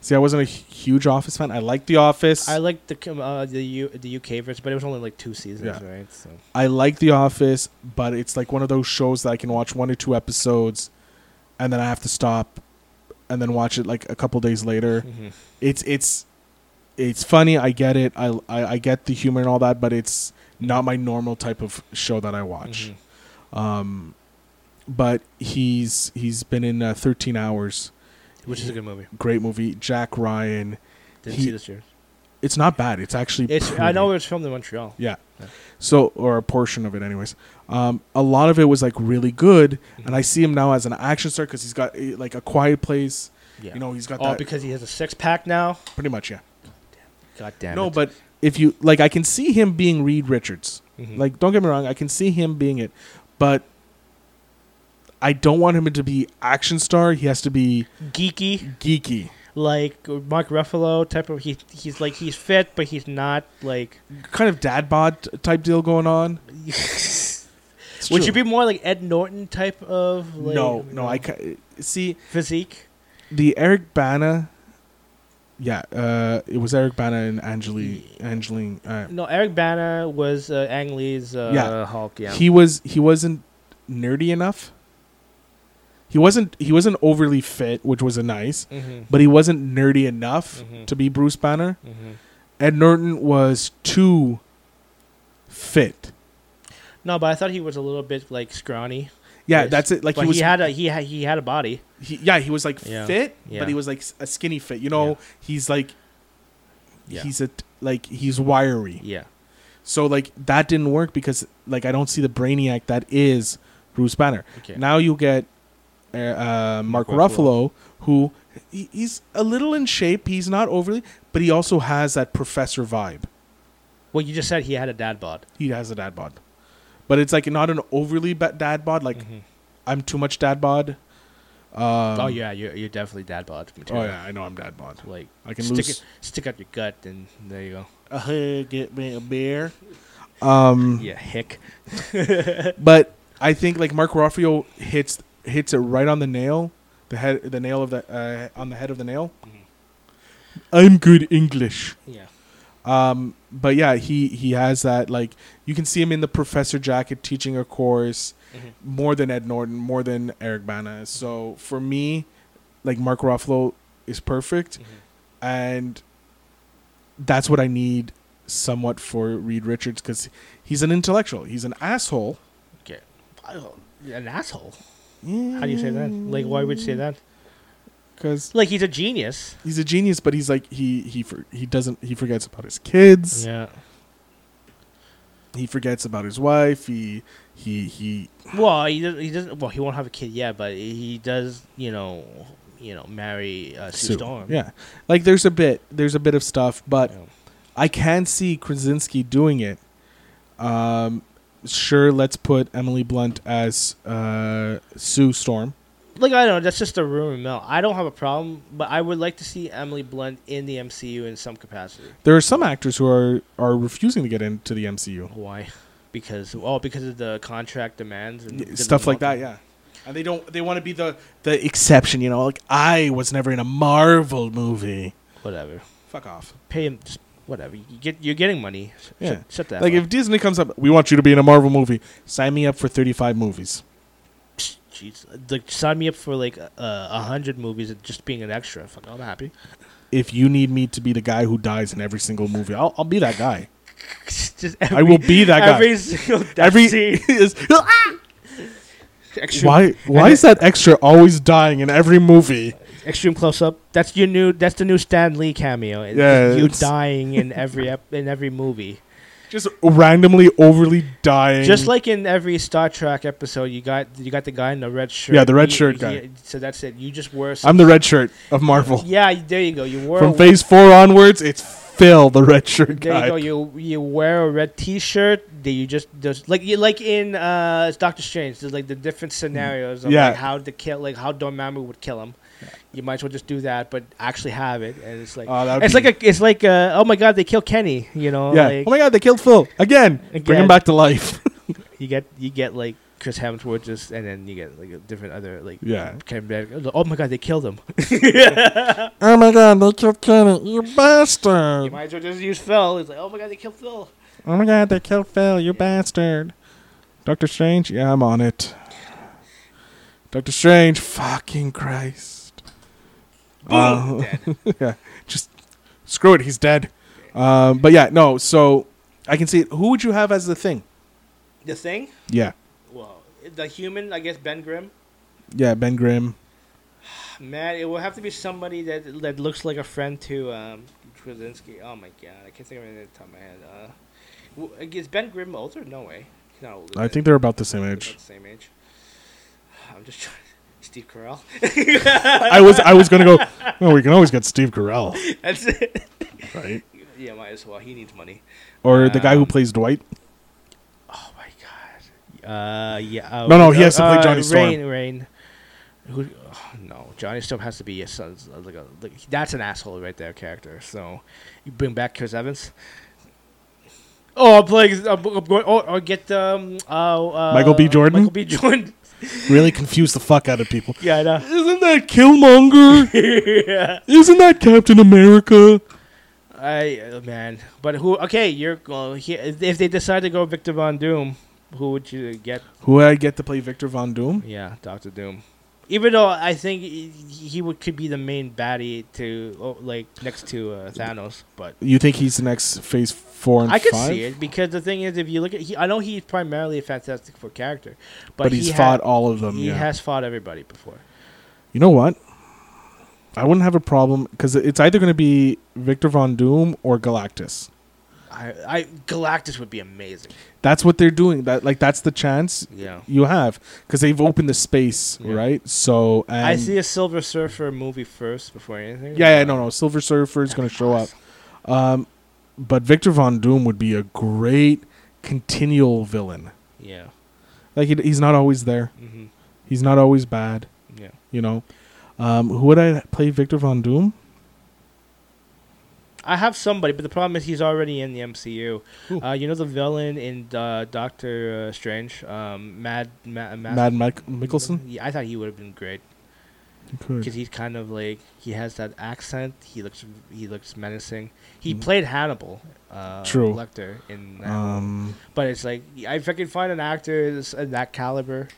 Speaker 1: see, I wasn't a hu- huge Office fan. I liked The Office.
Speaker 4: I liked the com- uh, the U- the UK version, but it was only like two seasons,
Speaker 1: Yeah.
Speaker 4: right? So.
Speaker 1: I like The Office, but it's like one of those shows that I can watch one or two episodes, and then I have to stop, and then watch it like a couple days later.
Speaker 4: Mhm.
Speaker 1: It's it's it's funny. I get it. I, I I get the humor and all that, but it's not my normal type of show that I
Speaker 4: Mm-hmm.
Speaker 1: watch. Um, but he's he's been in uh, Thirteen Hours,
Speaker 4: Which is a good movie.
Speaker 1: great movie. Jack Ryan.
Speaker 4: Didn't
Speaker 1: He-
Speaker 4: see this year.
Speaker 1: It's not bad. It's actually
Speaker 4: It's I
Speaker 1: pretty-
Speaker 4: know it was filmed in Montreal.
Speaker 1: Yeah.
Speaker 4: Yeah.
Speaker 1: So, or a portion of it, anyways. Um, a lot of it was like really good,
Speaker 4: Mm-hmm.
Speaker 1: and I see him now as an action star because he's got eh, like a quiet place.
Speaker 4: Yeah.
Speaker 1: You know, he's got
Speaker 4: all
Speaker 1: that
Speaker 4: Oh, because he has a six pack now.
Speaker 1: pretty much, yeah.
Speaker 4: God damn
Speaker 1: no,
Speaker 4: it.
Speaker 1: but if you like, I can see him being Reed Richards.
Speaker 4: Mhm.
Speaker 1: Like, don't get me wrong, I can see him being it, but I don't want him to be action star. He has to be
Speaker 4: geeky,
Speaker 1: geeky.
Speaker 4: like Mark Ruffalo type
Speaker 1: <laughs>
Speaker 4: of he he's like he's fit but he's not like
Speaker 1: Kind of dad bod t- type deal going on. It's
Speaker 4: Would
Speaker 1: true.
Speaker 4: you be more like Ed Norton type of like,
Speaker 1: no,
Speaker 4: you
Speaker 1: no.
Speaker 4: know,
Speaker 1: I ca- eh, see
Speaker 4: physique.
Speaker 1: the Eric Bana. Yeah, uh, it was Eric Bana and Angeline. Angeline. Uh,
Speaker 4: No, Eric Banner was uh, Ang Lee's uh,
Speaker 1: Yeah.
Speaker 4: Hulk. Yeah,
Speaker 1: He was. He wasn't nerdy enough. He wasn't. He wasn't overly fit, which was a nice,
Speaker 4: hmm
Speaker 1: but he wasn't nerdy enough
Speaker 4: Mhm.
Speaker 1: to be Bruce Banner.
Speaker 4: hmm
Speaker 1: Ed Norton was too fit.
Speaker 4: No, but I thought he was a little bit like scrawny.
Speaker 1: Yeah,
Speaker 4: Yes.
Speaker 1: that's it. Like
Speaker 4: But
Speaker 1: he
Speaker 4: he,
Speaker 1: was.
Speaker 4: had a he had he had a body.
Speaker 1: he- yeah, he was like
Speaker 4: Yeah.
Speaker 1: fit,
Speaker 4: Yeah.
Speaker 1: but he was like s- a skinny fit. You know,
Speaker 4: Yeah.
Speaker 1: he's like.
Speaker 4: Yeah.
Speaker 1: He's a t- like he's wiry.
Speaker 4: Yeah,
Speaker 1: So like that didn't work because like I don't see the brainiac that is Bruce Banner.
Speaker 4: Okay.
Speaker 1: Now you get uh, uh, Mark Ruffalo,
Speaker 4: Ruffalo.
Speaker 1: who he, he's a little in shape. He's not overly, but he also has that professor vibe.
Speaker 4: Well, you just said he had a dad bod.
Speaker 1: He has a dad bod, but it's like not an overly ba- dad bod. Like
Speaker 4: Mm-hmm.
Speaker 1: I'm too much dad bod. Um,
Speaker 4: oh yeah, you're, you're definitely dad bod
Speaker 1: Oh
Speaker 4: material.
Speaker 1: yeah, I know I'm dad bod.
Speaker 4: Like
Speaker 1: I can
Speaker 4: stick
Speaker 1: lose-
Speaker 4: it, stick out your gut, and there you go.
Speaker 1: Uh, get me a beer. Um,
Speaker 4: Yeah, hick.
Speaker 1: But I think like Mark Ruffalo hits hits it right on the nail, the head, the nail of the uh, on the head of the nail. Mm-hmm. I'm good English,
Speaker 4: Yeah.
Speaker 1: um, but yeah, he he has that like you can see him in the professor jacket teaching a course
Speaker 4: Mhm.
Speaker 1: more than Ed Norton, more than Eric Bana. So for me, like Mark Ruffalo is perfect,
Speaker 4: mm-hmm.
Speaker 1: and that's what I need somewhat for Reed Richards because he's an intellectual, he's an asshole.
Speaker 4: Okay. I don't- An asshole. How do you say that? Like, why would you say that?
Speaker 1: Because
Speaker 4: Like, he's a genius.
Speaker 1: he's a genius, but he's like he he for, he doesn't he forgets about his kids.
Speaker 4: Yeah.
Speaker 1: He forgets about his wife. He he he.
Speaker 4: Well, he doesn't. He doesn't. Well, he won't have a kid yet, but he does. You know. You know, marry uh, Sue
Speaker 1: Sue.
Speaker 4: Storm.
Speaker 1: Yeah, like there's a bit there's a bit of stuff, but
Speaker 4: Yeah.
Speaker 1: I can see Krasinski doing it. Um, sure, let's put Emily Blunt as uh Sue Storm.
Speaker 4: Like I don't know, that's just a rumor mill. I don't have a problem, but I would like to see Emily Blunt in the MCU in some capacity.
Speaker 1: There are some actors who are are refusing to get into the MCU,
Speaker 4: Why? <laughs> Because oh, because of the contract demands and the
Speaker 1: stuff like that.
Speaker 4: development.
Speaker 1: Yeah. And they don't. They want to be the the exception, you know. Like I was never in a Marvel movie.
Speaker 4: Whatever.
Speaker 1: Fuck off.
Speaker 4: Pay him. Just whatever. You get. You're getting money. Sh-
Speaker 1: Yeah.
Speaker 4: Shut, shut that.
Speaker 1: like if Disney comes up, we want you to be in a Marvel movie. Sign me up for thirty-five movies.
Speaker 4: Psh, <sniffs> Jeez. Like sign me up for like a uh, hundred movies and just being an extra. Fuck, I'm happy. <laughs>
Speaker 1: If you need me to be the guy who dies in every single movie, I'll, I'll be that
Speaker 4: <laughs>
Speaker 1: guy.
Speaker 4: just
Speaker 1: I will be that guy.
Speaker 4: Every single
Speaker 1: <laughs>
Speaker 4: death
Speaker 1: Every
Speaker 4: <laughs> scene,
Speaker 1: is,
Speaker 4: extreme,
Speaker 1: why why
Speaker 4: and
Speaker 1: is that extra always dying in every movie?
Speaker 4: extreme close up? That's your new. That's the new Stan Lee cameo. It's
Speaker 1: Yeah,
Speaker 4: you
Speaker 1: it's- <laughs>
Speaker 4: dying in every ep- in every movie.
Speaker 1: Just randomly overly dying.
Speaker 4: Just like in every Star Trek episode, you got you got the guy in the red shirt.
Speaker 1: Yeah, the red
Speaker 4: He-
Speaker 1: shirt
Speaker 4: he-
Speaker 1: guy.
Speaker 4: so that's it. You just wore. Some,
Speaker 1: I'm the red shirt of Marvel.
Speaker 4: yeah, there you go. You wore.
Speaker 1: From
Speaker 4: a,
Speaker 1: Phase Four onwards, it's Phil the red shirt
Speaker 4: there you
Speaker 1: guy.
Speaker 4: go. You you wear a red T-shirt. That you just just like you like in uh Doctor Strange. There's like the different scenarios of
Speaker 1: Mm. Yeah.
Speaker 4: like how to kill, like how Dormammu would kill him. You might as well just do that, but actually have it, and it's like
Speaker 1: Oh, that would
Speaker 4: it's
Speaker 1: be-
Speaker 4: like a it's like uh oh my god, they kill Kenny. You know,
Speaker 1: yeah.
Speaker 4: like,
Speaker 1: oh my God, they killed Phil again. Bring him
Speaker 4: Again.
Speaker 1: back to life. <laughs>
Speaker 4: you get you get like Chris Hemsworth just, and then you get like a different other like
Speaker 1: yeah.
Speaker 4: Kenny. Oh my god, they killed him.
Speaker 1: Oh my God, they killed Kenny. You bastard.
Speaker 4: You might as well just use Phil. It's like, oh my god, they killed Phil.
Speaker 1: Oh my god, they killed Phil, you bastard. Doctor Strange? Yeah, I'm on it. Doctor Strange, fucking Christ. Uh, <laughs> yeah, just screw it, he's dead. Um, but yeah, no, so I can see it. Who would you have as the thing?
Speaker 4: The thing?
Speaker 1: Yeah.
Speaker 4: Well, the human, I guess Ben Grimm.
Speaker 1: Yeah, Ben Grimm.
Speaker 4: Man, it will have to be somebody that that looks like a friend to um, Krasinski. Oh my god, I can't think of anything off the top of my head. Uh, w- is Ben Grimm older? No way. He's not older.
Speaker 1: I
Speaker 4: than-
Speaker 1: think they're about the same
Speaker 4: they're
Speaker 1: age.
Speaker 4: <laughs> about the same age. <sighs> I'm just <laughs> trying. Steve Carell. <laughs>
Speaker 1: I was I was gonna go well, we can always get Steve Carell,
Speaker 4: That's it. <laughs>
Speaker 1: right?
Speaker 4: Yeah, might as well. He needs money.
Speaker 1: Or the guy who
Speaker 4: Um,
Speaker 1: plays Dwight.
Speaker 4: Oh my god. Uh, yeah. Uh,
Speaker 1: No, no, he
Speaker 4: uh,
Speaker 1: has to play Johnny
Speaker 4: uh,
Speaker 1: Storm.
Speaker 4: Rain, Rain. Who? Oh, no, Johnny Storm has to be a son. Like a, like, that's an asshole right there, character. So, you bring back Chris Evans. Oh, I'm playing. I'm, I'm going, oh, I'll get um, uh, uh,
Speaker 2: Michael B. Jordan?
Speaker 4: Michael B. Jordan. <laughs>
Speaker 2: Really confuse the fuck out of people.
Speaker 4: yeah, I know.
Speaker 1: Isn't that Killmonger?
Speaker 4: yeah.
Speaker 1: Isn't that Captain America?
Speaker 4: <laughs> I oh, man, but who? Okay, you're going. Here, if they decide to go Victor Von Doom, who would you get?
Speaker 1: Who would I get to play Victor Von Doom?
Speaker 4: Yeah, Doctor Doom. Even though I think he- he would could be the main baddie to oh, like next to uh, Thanos, but
Speaker 1: You think he's the next Phase Four and
Speaker 4: I could
Speaker 1: five?
Speaker 4: see it because the thing is, if you look at, he, I know he's primarily a Fantastic Four character, but,
Speaker 1: but, he's
Speaker 4: he
Speaker 1: fought
Speaker 4: had-
Speaker 1: all of them.
Speaker 4: He
Speaker 1: yeah.
Speaker 4: has fought everybody before.
Speaker 1: you know what? I wouldn't have a problem because it's either going to be Victor Von Doom or Galactus.
Speaker 4: I, I Galactus would be amazing.
Speaker 1: That's what they're doing. That like that's the chance
Speaker 4: Yeah.
Speaker 1: you have because they've opened the space,
Speaker 4: Yeah.
Speaker 1: right? So and
Speaker 4: I see a Silver Surfer movie first before anything.
Speaker 1: Yeah, yeah, no, no. Silver Surfer is going to show up. Um, but Victor Von Doom would be a great continual villain.
Speaker 4: Yeah.
Speaker 1: Like he, he's not always there.
Speaker 4: hmm
Speaker 1: He's not always bad.
Speaker 4: Yeah.
Speaker 1: You know. Um, who would I play Victor Von Doom?
Speaker 4: I have somebody, but the problem is he's already in the MCU.
Speaker 1: Who?
Speaker 4: Uh, you know the villain in uh, Doctor uh, Strange, um, Mad Mad
Speaker 1: Mad Mike Mickelson.
Speaker 4: Yeah, I thought he would have been great because he's kind of like he has that accent. He looks he looks menacing. He
Speaker 1: Mhm.
Speaker 4: played Hannibal. Uh,
Speaker 1: True.
Speaker 4: Lecter in Hannibal.
Speaker 1: Um,
Speaker 4: but it's like if I can find an actor that's of that caliber,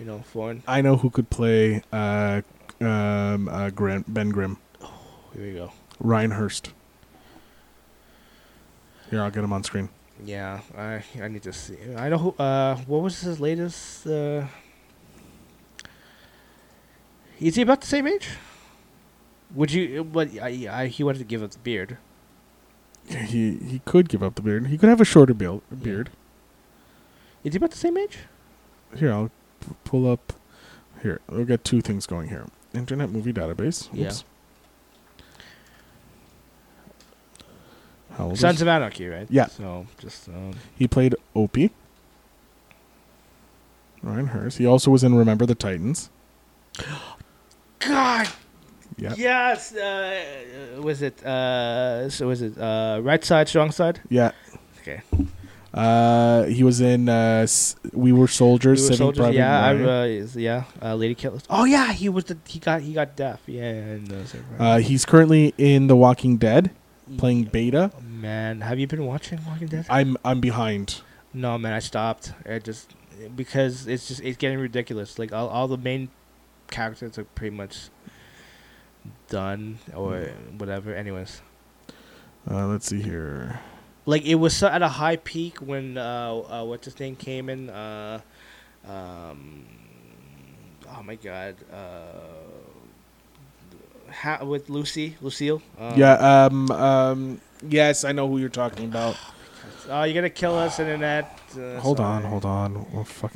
Speaker 4: you know, foreign.
Speaker 1: I know who could play uh, um, uh, Gran Ben Grimm.
Speaker 4: Here we go.
Speaker 1: Ryan Hurst. Here, I'll get him on screen.
Speaker 4: Yeah, I I need to see. I know who. Uh, what was his latest? Uh, is he about the same age? Would you? But I, I he wanted to give up the beard.
Speaker 1: He he could give up the beard. He could have a shorter beard.
Speaker 4: Yeah.
Speaker 1: Beard.
Speaker 4: Is he about the same age?
Speaker 1: here I'll p- pull up here we'll get two things going here internet movie database
Speaker 4: Yeah.
Speaker 1: Oops. how old
Speaker 4: Sons
Speaker 1: is
Speaker 4: of Anarchy, right?
Speaker 1: Yeah.
Speaker 4: So just um,
Speaker 1: he played opie ryan hurst he also was in remember the titans
Speaker 4: God.
Speaker 1: yeah yeah,
Speaker 4: Yes. Uh, was it? Uh, so was it? Uh, right side, strong side. Okay.
Speaker 1: Uh, he was in uh, S- we were soldiers,
Speaker 4: We were
Speaker 1: Saving Private
Speaker 4: yeah, I,
Speaker 1: Ryan.
Speaker 4: uh, is- yeah. Uh, Lady Killers. Oh yeah, he was the he got he got deaf. Yeah. And, uh, Saving Private
Speaker 1: uh, he's currently in the walking dead playing beta
Speaker 4: Oh, Man, have you been watching Walking Dead?
Speaker 1: i'm i'm behind
Speaker 4: no, man, I stopped. I just because it's just it's getting ridiculous. Like all, all the main characters are pretty much done or whatever. Anyways,
Speaker 1: uh, let's see here
Speaker 4: like it was so- at a high peak when uh, uh what's his name came in. Uh, um, oh my god. Uh, ha- with Lucy, Lucille. Um,
Speaker 1: yeah um um yes i know who you're talking about
Speaker 4: Oh, you're gonna kill us, internet. Uh,
Speaker 1: Hold on,
Speaker 4: sorry.
Speaker 1: hold on. Oh, fuck.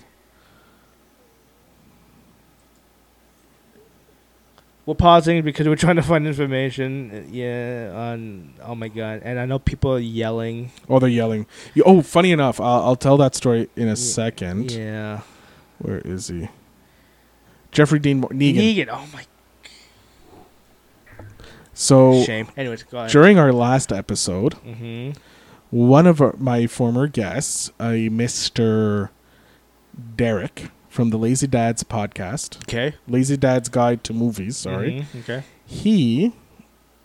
Speaker 4: We're pausing because we're trying to find information. uh, Yeah, on oh my god, and I know people are yelling.
Speaker 1: Oh, they're yelling. You- oh, funny enough, I'll, I'll tell that story in a second.
Speaker 4: Yeah,
Speaker 1: Where is he? Jeffrey Dean Mor- Negan.
Speaker 4: Oh my
Speaker 1: So
Speaker 4: shame. Anyways, go ahead.
Speaker 1: during our last episode,
Speaker 4: hmm
Speaker 1: one of our, my former guests, a Mister Derek from the Lazy Dads podcast,
Speaker 4: Okay.
Speaker 1: Lazy Dad's Guide to Movies. Sorry,
Speaker 4: Mhm, Okay.
Speaker 1: he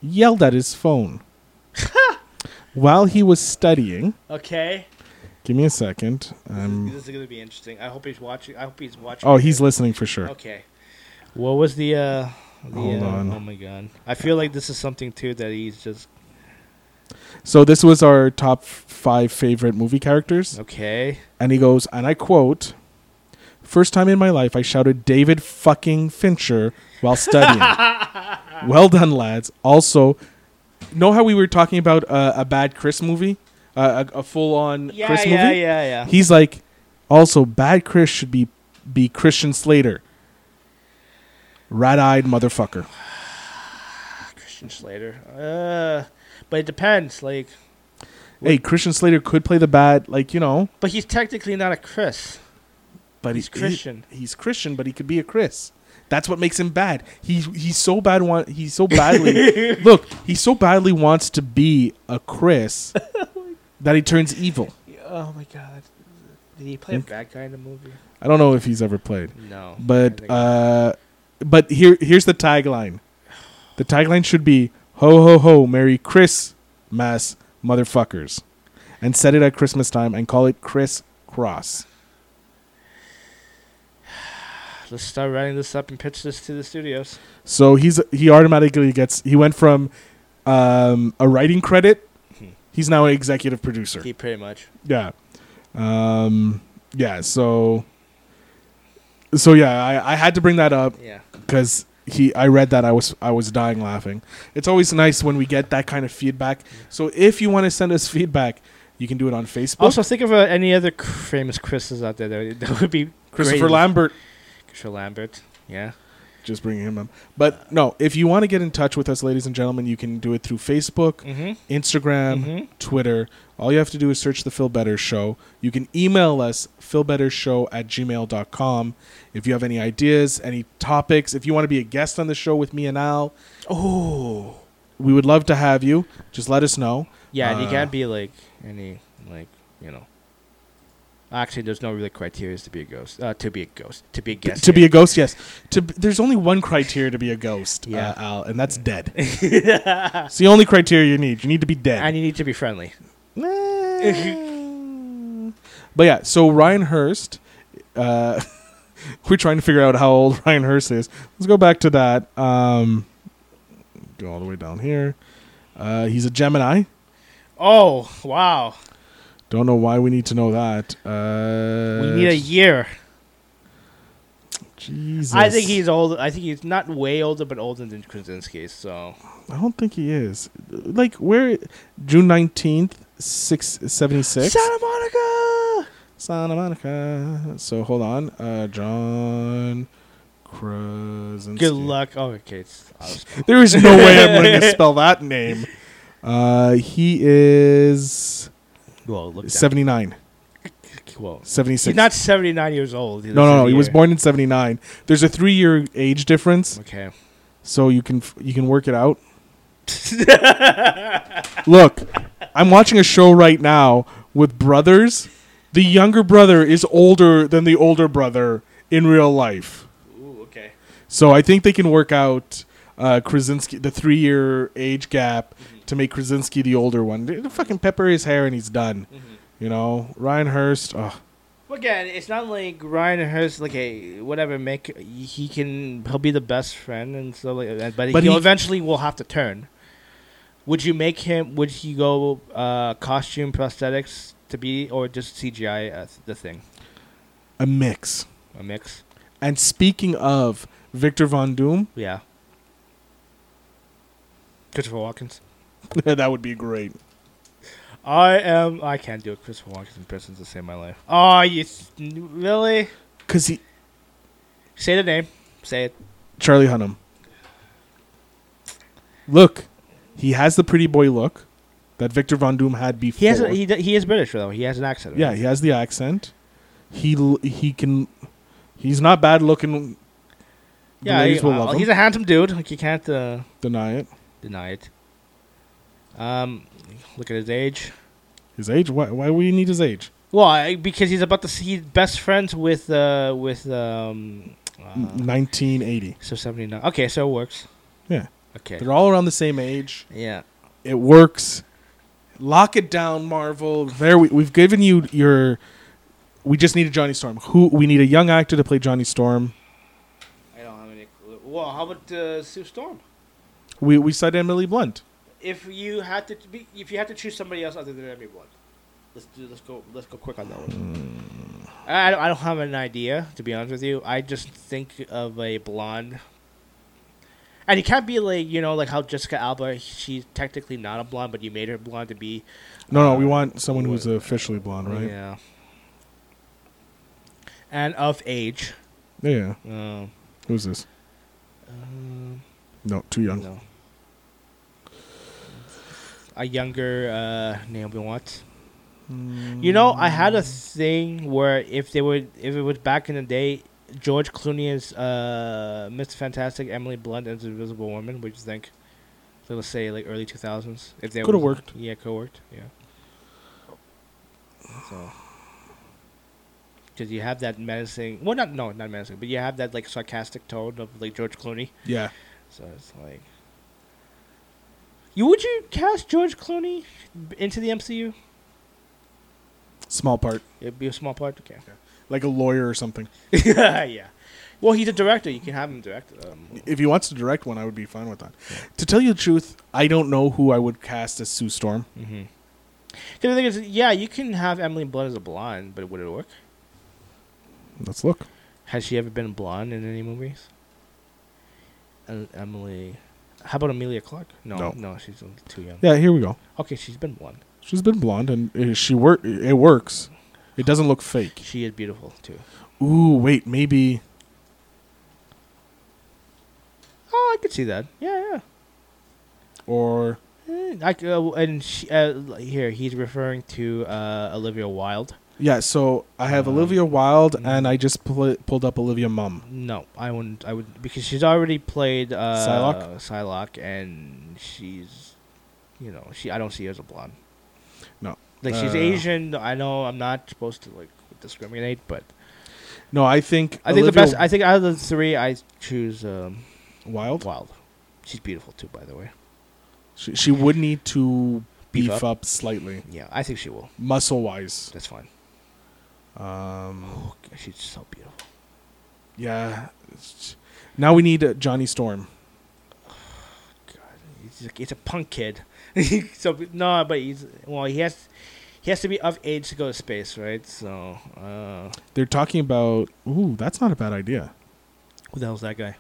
Speaker 1: yelled at his <laughs> phone while he was studying.
Speaker 4: Okay.
Speaker 1: Give me a second.
Speaker 4: This
Speaker 1: Um,
Speaker 4: is- this is gonna be interesting. I hope he's watching. I hope he's watching.
Speaker 1: oh, he's listening for sure.
Speaker 4: Okay. What was the? uh the,
Speaker 1: Hold
Speaker 4: uh,
Speaker 1: on.
Speaker 4: Oh my god. I feel like this is something too that he's just
Speaker 1: So this was our top f- five favorite movie characters,
Speaker 4: okay.
Speaker 1: and he goes, and I quote: First time in my life, I shouted David fucking Fincher while
Speaker 4: <laughs>
Speaker 1: studying. well done, lads." Also, know how we were talking about uh, a bad Chris movie, uh, a, a full-on
Speaker 4: Yeah,
Speaker 1: Chris
Speaker 4: yeah,
Speaker 1: movie?
Speaker 4: yeah, yeah.
Speaker 1: He's like, also bad Chris should be be Christian Slater, rat-eyed motherfucker.
Speaker 4: Christian Slater. Uh, but it depends. Like,
Speaker 1: Hey, Christian Slater could play the bad, like you know,
Speaker 4: but he's technically not a Chris.
Speaker 1: but
Speaker 4: He's
Speaker 1: he-
Speaker 4: Christian.
Speaker 1: he's Christian, but he could be a Chris. That's what makes him bad. He he's so bad. Want he
Speaker 4: <laughs> <laughs>
Speaker 1: so badly look. He so badly wants to be a Chris that he turns evil.
Speaker 4: Oh my god. Did he
Speaker 1: Hmm?
Speaker 4: play a bad guy in the movie?
Speaker 1: I don't know if he's ever played,
Speaker 4: No.
Speaker 1: but uh, but here here's the tagline. The tagline should be "Ho ho ho, Merry Christmas, motherfuckers," and set it at Christmas time and call it Chris Cross.
Speaker 4: let's start writing this up and pitch this to the studios.
Speaker 1: So he's he automatically gets he went from um, a writing credit.
Speaker 4: Hmm.
Speaker 1: He's now an executive producer.
Speaker 4: He pretty much.
Speaker 1: Yeah. Um yeah, so so yeah, I, I had to bring that up
Speaker 4: Yeah.
Speaker 1: because he I read that I was I was dying laughing. It's always nice when we get that kind of feedback. So if you want to send us feedback, you can do it on Facebook.
Speaker 4: Also, think of uh, any other cr- famous Chris's out there that would, <laughs> that would be
Speaker 1: Christopher
Speaker 4: great.
Speaker 1: Lambert
Speaker 4: Christopher Lambert. Yeah.
Speaker 1: just bringing him up. But no, if you want to get in touch with us ladies and gentlemen, you can do it through Facebook,
Speaker 4: Mm-hmm.
Speaker 1: Instagram,
Speaker 4: Mhm.
Speaker 1: Twitter. All you have to do is search the Phil Better Show. You can email us, philbettershow at gmail.com. If you have any ideas, any topics, if you want to be a guest on the show with me and Al,
Speaker 4: Oh.
Speaker 1: we would love to have you. Just let us know.
Speaker 4: Yeah, and you
Speaker 1: Uh,
Speaker 4: can't be like any like you know. Actually, there's no really criteria to be a ghost. Uh, to be a ghost. To be a guest.
Speaker 1: to be a ghost, yes. To b- There's only one criteria to be a ghost,
Speaker 4: Yeah.
Speaker 1: uh, Al, and that's dead.
Speaker 4: <laughs>
Speaker 1: it's the only criteria you need. You need to be dead.
Speaker 4: and you need to be friendly.
Speaker 1: <laughs> but yeah, so Ryan Hurst, uh, <laughs> we're trying to figure out how old <laughs> Ryan Hurst is. Let's go back to that. Um, go all the way down here. Uh, he's a Gemini.
Speaker 4: Oh wow,
Speaker 1: Don't know why we need to know that. Uh,
Speaker 4: we need a year.
Speaker 1: Jesus.
Speaker 4: I think he's old. I think he's not way older, but older than Krasinski. So
Speaker 1: I don't think he is. Like where? June nineteenth, six seventy six.
Speaker 4: Monica.
Speaker 1: Santa Monica. So hold on, uh, John Krasinski.
Speaker 4: Good luck. Oh, okay. It's, I was-
Speaker 1: There is no way I'm
Speaker 4: <laughs>
Speaker 1: going to spell that name. Uh, he is
Speaker 4: well, look. down.
Speaker 1: 79,
Speaker 4: Well,
Speaker 1: 76.
Speaker 4: he's not 79 years old. He's
Speaker 1: no, no, no.
Speaker 4: a
Speaker 1: He was
Speaker 4: year.
Speaker 1: born in 79. There's a three-year age difference,
Speaker 4: Okay.
Speaker 1: so you can f- you can work it
Speaker 4: <laughs>
Speaker 1: out. Look, I'm watching a show right now with brothers. The younger brother is older than the older brother in real life.
Speaker 4: Ooh, okay.
Speaker 1: So I think they can work out uh, Krasinski the three year age gap to make Krasinski the older one. They- they fucking pepper his hair and he's done. You know, Ryan Hurst. ugh.
Speaker 4: Well, Mm-hmm. again, it's not like Ryan Hurst. Like, hey, whatever. Make he can. He'll be the best friend and stuff like that. But,
Speaker 1: But
Speaker 4: he'll
Speaker 1: he-
Speaker 4: eventually will have to turn. Would you make him? Would he go uh, costume prosthetics to be, or just CGI uh, the thing?
Speaker 1: a mix.
Speaker 4: A mix.
Speaker 1: And speaking of Victor Von Doom, <laughs>
Speaker 4: Yeah. Christopher Walken.
Speaker 1: that would be great.
Speaker 4: I am. I can't do a Christopher Walken impression to save my life. Oh, you s- really?
Speaker 1: Cause he
Speaker 4: Say the name. Say it.
Speaker 1: Charlie Hunnam. Look, he has the pretty boy look that Victor Von Doom had before.
Speaker 4: He has. A, he d- he is British though. He has an accent.
Speaker 1: yeah,
Speaker 4: right?
Speaker 1: he has the accent. He l- he can. He's not bad looking. The
Speaker 4: Yeah.
Speaker 1: ladies
Speaker 4: he-
Speaker 1: will
Speaker 4: uh,
Speaker 1: love him.
Speaker 4: he's a handsome dude. Like you can't uh,
Speaker 1: Deny it.
Speaker 4: deny it. Um, look at his age.
Speaker 1: His age? Why? Why would you need his age?
Speaker 4: Well, I, because he's about to see he's best friends with uh with um.
Speaker 1: Uh-huh.
Speaker 4: Uh,
Speaker 1: Nineteen eighty.
Speaker 4: so seventy nine. Okay, so it works.
Speaker 1: Yeah,
Speaker 4: Okay.
Speaker 1: they're all around the same age.
Speaker 4: Yeah.
Speaker 1: It works. Lock it down, Marvel. There, we, we've given you your. We just need a Johnny Storm. Who we need a young actor to play Johnny Storm.
Speaker 4: I don't have any clue. Well, how about uh, Sue Storm?
Speaker 1: We we said Emily Blunt.
Speaker 4: if you had to be, if you had to choose somebody else other than Emily Blunt, let's do let's go let's go quick on that one.
Speaker 1: Mm.
Speaker 4: I I don't, I don't have an idea to be honest with you. I just think of a blonde, and it can't be like you know like how Jessica Alba she's technically not a blonde, but you made her blonde to be
Speaker 1: No, no, we
Speaker 4: Uh,
Speaker 1: want someone who's officially blonde, right? Yeah.
Speaker 4: yeah, and of age. Um,
Speaker 1: Who's this?
Speaker 4: um,
Speaker 1: No, too young.
Speaker 4: no. A younger uh, Naomi Watts. You know, I had a thing where if they would, if it was back in the day, George Clooney is uh, Miss Fantastic, Emily Blunt as Invisible Woman. What do you think? So let's say like early two thousands. If they
Speaker 1: Coulda
Speaker 4: was-
Speaker 1: worked.
Speaker 4: Yeah, could have worked. Yeah. So, because you have that menacing, well, not no, not menacing, but you have that like sarcastic tone of like George Clooney.
Speaker 1: Yeah.
Speaker 4: So it's like, you would you cast George Clooney b- into the MCU?
Speaker 1: Small part.
Speaker 4: It'd be a small part. Okay.
Speaker 1: Like a lawyer or something.
Speaker 4: <laughs> yeah. Well, he's a director. You can have him direct. Um,
Speaker 1: If he wants to direct one, I would be fine with that. To tell you the truth, I don't know who I would cast as Sue Storm.
Speaker 4: mm The thing is, yeah, you can have Emily Blunt as a blonde, but would it work?
Speaker 1: Let's look.
Speaker 4: Has she ever been blonde in any movies? Em- Emily, how about Amelia Clark? No,
Speaker 1: No.
Speaker 4: no, she's a little too young.
Speaker 1: Yeah, here we go.
Speaker 4: Okay, she's been blonde.
Speaker 1: She's been blonde, and uh, she work. It works. It doesn't look fake.
Speaker 4: She is beautiful too.
Speaker 1: Ooh, wait, maybe.
Speaker 4: Oh, I could see that. Yeah, yeah.
Speaker 1: Or
Speaker 4: Eh, I c- uh, and she, uh, l- here he's referring to uh, Olivia Wilde.
Speaker 1: yeah. So I have
Speaker 4: Um,
Speaker 1: Olivia Wilde,
Speaker 4: mm.
Speaker 1: and I just pl- pulled up Olivia Mum.
Speaker 4: No, I wouldn't. I would because she's already played uh,
Speaker 1: Psylocke?
Speaker 4: Psylocke, and she's, you know, she. I don't see her as a blonde.
Speaker 1: No.
Speaker 4: like she's
Speaker 1: Uh,
Speaker 4: Asian. I know I'm not supposed to like discriminate, but
Speaker 1: No, I think
Speaker 4: I think
Speaker 1: Olivia
Speaker 4: the best. I think out of the three, I choose um,
Speaker 1: Wilde.
Speaker 4: Wild. She's beautiful too, by the way.
Speaker 1: She, she would need to beef,
Speaker 4: Beef
Speaker 1: up.
Speaker 4: up?
Speaker 1: slightly,
Speaker 4: Yeah, I think she will.
Speaker 1: muscle wise.
Speaker 4: That's fine.
Speaker 1: Um,
Speaker 4: Oh, God, she's so beautiful.
Speaker 1: yeah. It's- Now we need uh, Johnny Storm.
Speaker 4: He's a, he's a punk kid. <laughs> so no, but he's well. He has he has to be of age to go to space, right? So uh,
Speaker 1: They're talking about. Ooh, that's not a bad idea.
Speaker 4: who the hell's that guy?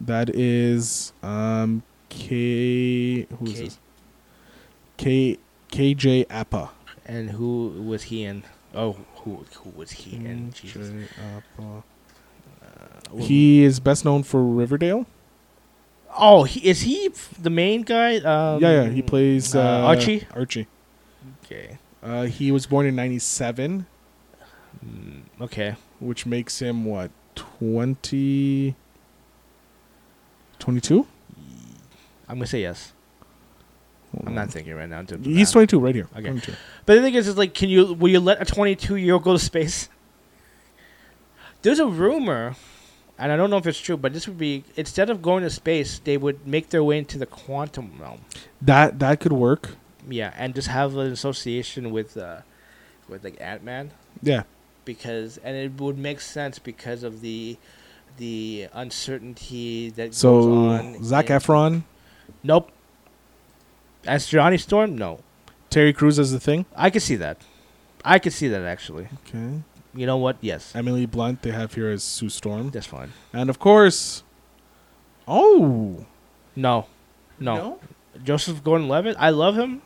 Speaker 1: That is um K. Who is
Speaker 4: K-
Speaker 1: this? K. KJ Appa.
Speaker 4: And who was he in? Oh, who who was he in? Jesus.
Speaker 1: KJ Appa.
Speaker 4: Uh,
Speaker 1: Mm, He is best known for Riverdale.
Speaker 4: oh, he, is he f- the main guy? Um,
Speaker 1: yeah, yeah. He plays uh,
Speaker 4: uh, Archie.
Speaker 1: Archie.
Speaker 4: Okay.
Speaker 1: Uh, he was born in '97,
Speaker 4: Mm, okay.
Speaker 1: which makes him what 20, 22?
Speaker 4: I'm gonna say yes.
Speaker 1: Hold
Speaker 4: I'm
Speaker 1: on.
Speaker 4: not thinking right now. I'm doing the
Speaker 1: He's
Speaker 4: math.
Speaker 1: 22 right here.
Speaker 4: Okay.
Speaker 1: 22.
Speaker 4: But the thing is, is like, can you will you let a 22 year old go to space? <laughs> There's a rumor, and I don't know if it's true, but this would be instead of going to space, they would make their way into the quantum realm.
Speaker 1: That that could work.
Speaker 4: Yeah, and just have an association with, uh, with like Ant Man,
Speaker 1: Yeah.
Speaker 4: because and it would make sense because of the, the uncertainty that goes
Speaker 1: So
Speaker 4: on.
Speaker 1: Zach
Speaker 4: in-
Speaker 1: Efron,
Speaker 4: Nope. As Johnny Storm, no,
Speaker 1: Terry Crews as the thing.
Speaker 4: I could see that. I could see that actually.
Speaker 1: Okay.
Speaker 4: You know what? Yes,
Speaker 1: Emily Blunt they have here as Sue Storm,
Speaker 4: that's fine.
Speaker 1: and of course, oh
Speaker 4: No. No. Joseph Gordon-Levitt, I love him.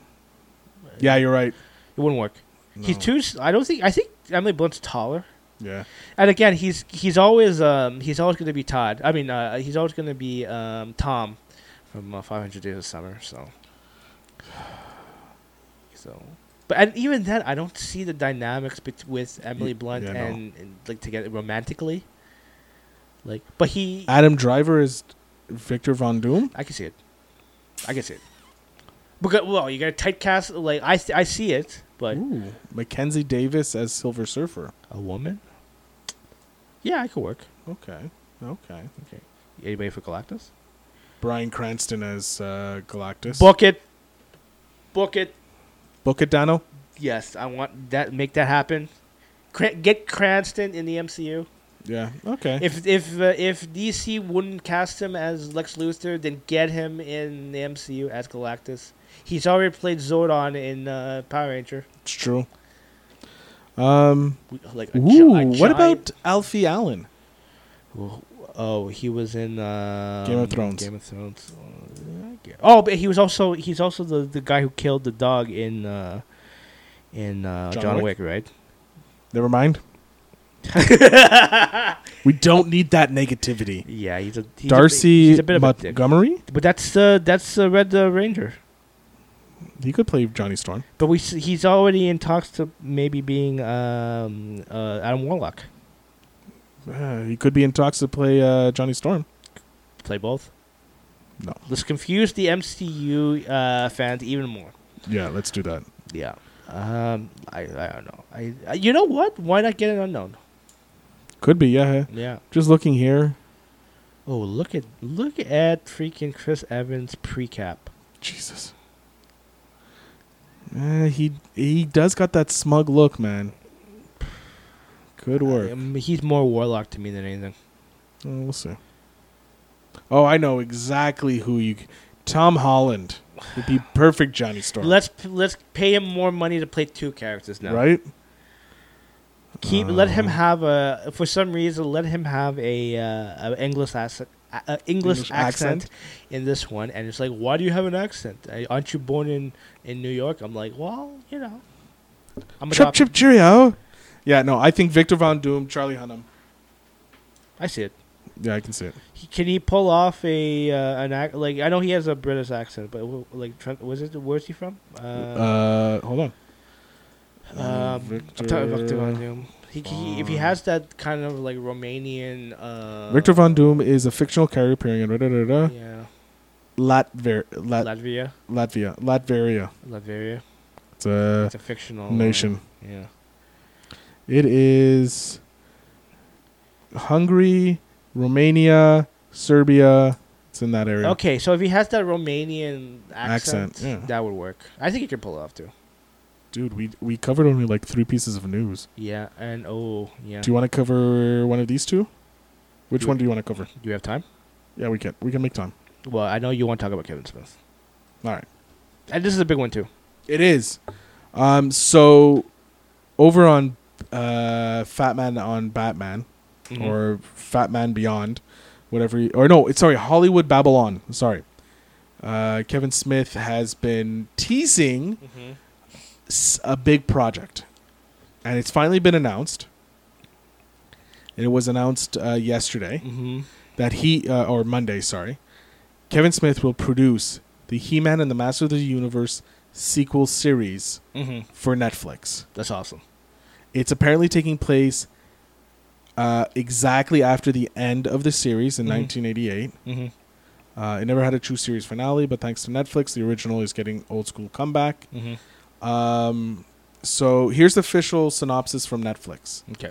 Speaker 1: yeah, you're right.
Speaker 4: It wouldn't work. He's
Speaker 1: No.
Speaker 4: too s- I don't think I think Emily Blunt's taller.
Speaker 1: Yeah.
Speaker 4: And again, he's he's always um he's always going to be Todd. I mean, uh, he's always going to be um Tom from uh, 500 Days of Summer, so <sighs> so but and even then, I don't see the dynamics bet- with Emily
Speaker 1: Y-
Speaker 4: Blunt
Speaker 1: yeah, no.
Speaker 4: and, and like together romantically. Like, but he,
Speaker 1: Adam Driver is Victor Von Doom.
Speaker 4: I can see it. I can see it. Because well, you got a tight cast. Like I, I see it, but
Speaker 1: Ooh, Mackenzie Davis as Silver Surfer.
Speaker 4: a woman. Yeah, I could work.
Speaker 1: Okay. Okay.
Speaker 4: Anybody for Galactus?
Speaker 1: Brian Cranston as uh, Galactus.
Speaker 4: Book it. Book it.
Speaker 1: Book it, Dano.
Speaker 4: Yes, I want that. Make that happen. Cra- get Cranston in the MCU.
Speaker 1: Yeah. Okay.
Speaker 4: If if uh, if DC wouldn't cast him as Lex Luthor, then get him in the MCU as Galactus. He's already played Zordon in uh, Power Ranger.
Speaker 1: it's true. Um.
Speaker 4: We- Like a gi-
Speaker 1: Ooh.
Speaker 4: a
Speaker 1: what
Speaker 4: giant-
Speaker 1: about Alfie Allen?
Speaker 4: Oh, he was in um,
Speaker 1: Game of Thrones.
Speaker 4: Game of Thrones. Oh, but he was also he's also the, the guy who killed the dog in uh, in uh,
Speaker 1: John
Speaker 4: John,
Speaker 1: Wick?
Speaker 4: Wick.
Speaker 1: Never
Speaker 4: <laughs>
Speaker 1: mind.
Speaker 4: right?
Speaker 1: We don't need that negativity.
Speaker 4: yeah, he's a he's A, bit-
Speaker 1: Darcy
Speaker 4: he's a bit of a dick.
Speaker 1: Montgomery.
Speaker 4: But that's uh, that's uh, Red uh, Ranger.
Speaker 1: He could play Johnny Storm.
Speaker 4: But we s- he's already in talks to maybe being um, uh, Adam Warlock.
Speaker 1: Uh, he could be in talks to play uh, Johnny Storm.
Speaker 4: Play both.
Speaker 1: No.
Speaker 4: Let's confuse the MCU uh, fans even more.
Speaker 1: Yeah, let's do that.
Speaker 4: Yeah. Um, I, I don't know. I, I you know what? Why not get an unknown?
Speaker 1: Could be, yeah.
Speaker 4: Yeah.
Speaker 1: Just looking here.
Speaker 4: Oh, look at look at freaking Chris Evans precap.
Speaker 1: Jesus. Eh, he he does got that smug look, man. Good work.
Speaker 4: Um, he's more warlock to me than anything.
Speaker 1: Oh, we'll see. Oh, I know exactly who you. c- Tom Holland would be perfect Johnny Storm,
Speaker 4: Let's let's pay him more money to play two characters now.
Speaker 1: right? Uh,
Speaker 4: Keep let him have a for some reason let him have a, uh, a English accent. Uh, English,
Speaker 1: English
Speaker 4: accent,
Speaker 1: accent.
Speaker 4: in this one, and it's like, why do you have an accent? Uh, Aren't you born in, in New York? I'm like, well, you know, I'm
Speaker 1: Chip
Speaker 4: adopted.
Speaker 1: chip cheerio. Yeah, no, I think Victor Von Doom, Charlie Hunnam.
Speaker 4: I see it.
Speaker 1: Yeah, I can see it.
Speaker 4: He, can he pull off a uh, an ac- like? I know he has a British accent, but w- like, tr- was it where's he from? Uh,
Speaker 1: Uh, hold on.
Speaker 4: um, I'm talking about Victor Von Doom. He, he, if he
Speaker 1: Von-
Speaker 4: has that kind of like Romanian, uh,
Speaker 1: Victor Von Doom is a fictional character appearing in da, da, da, da,
Speaker 4: yeah,
Speaker 1: Latver- Lat-
Speaker 4: Latvia,
Speaker 1: Latvia, Latveria.
Speaker 4: Latvia.
Speaker 1: It's a
Speaker 4: It's a fictional uh,
Speaker 1: nation.
Speaker 4: Yeah.
Speaker 1: It is Hungary, Romania, Serbia. It's in that area.
Speaker 4: Okay, so if he has that Romanian accent,
Speaker 1: Accent, yeah.
Speaker 4: that would work. I think he could pull it off too.
Speaker 1: Dude, we we covered only like three pieces of news.
Speaker 4: Yeah, and oh yeah.
Speaker 1: Do you want to cover one of these two? Which
Speaker 4: Do-
Speaker 1: one do you want to cover?
Speaker 4: Do you have time?
Speaker 1: Yeah, we can. We can make time.
Speaker 4: Well, I know you want to talk about Kevin Smith,
Speaker 1: All right.
Speaker 4: and this is a big one too.
Speaker 1: It is. Um. So, over on uh, Fat Man on Batman
Speaker 4: Mm-hmm.
Speaker 1: or Fat Man Beyond, whatever. You, or no, it's sorry, Hollywood Babylon. Sorry. Uh, Kevin Smith has been teasing
Speaker 4: Mhm.
Speaker 1: s- a big project, and it's finally been announced. It was announced uh, yesterday.
Speaker 4: Mhm.
Speaker 1: that he uh, or Monday, sorry, Kevin Smith will produce the He-Man and the Master of the Universe sequel series
Speaker 4: Mhm.
Speaker 1: for Netflix.
Speaker 4: That's awesome.
Speaker 1: It's apparently taking place uh, exactly after the end of the series in
Speaker 4: Mhm.
Speaker 1: 1988.
Speaker 4: Mhm.
Speaker 1: Uh, it never had a true series finale, but thanks to Netflix, the original is getting old school comeback.
Speaker 4: Mhm.
Speaker 1: Um, so here's the official synopsis from Netflix:
Speaker 4: Okay.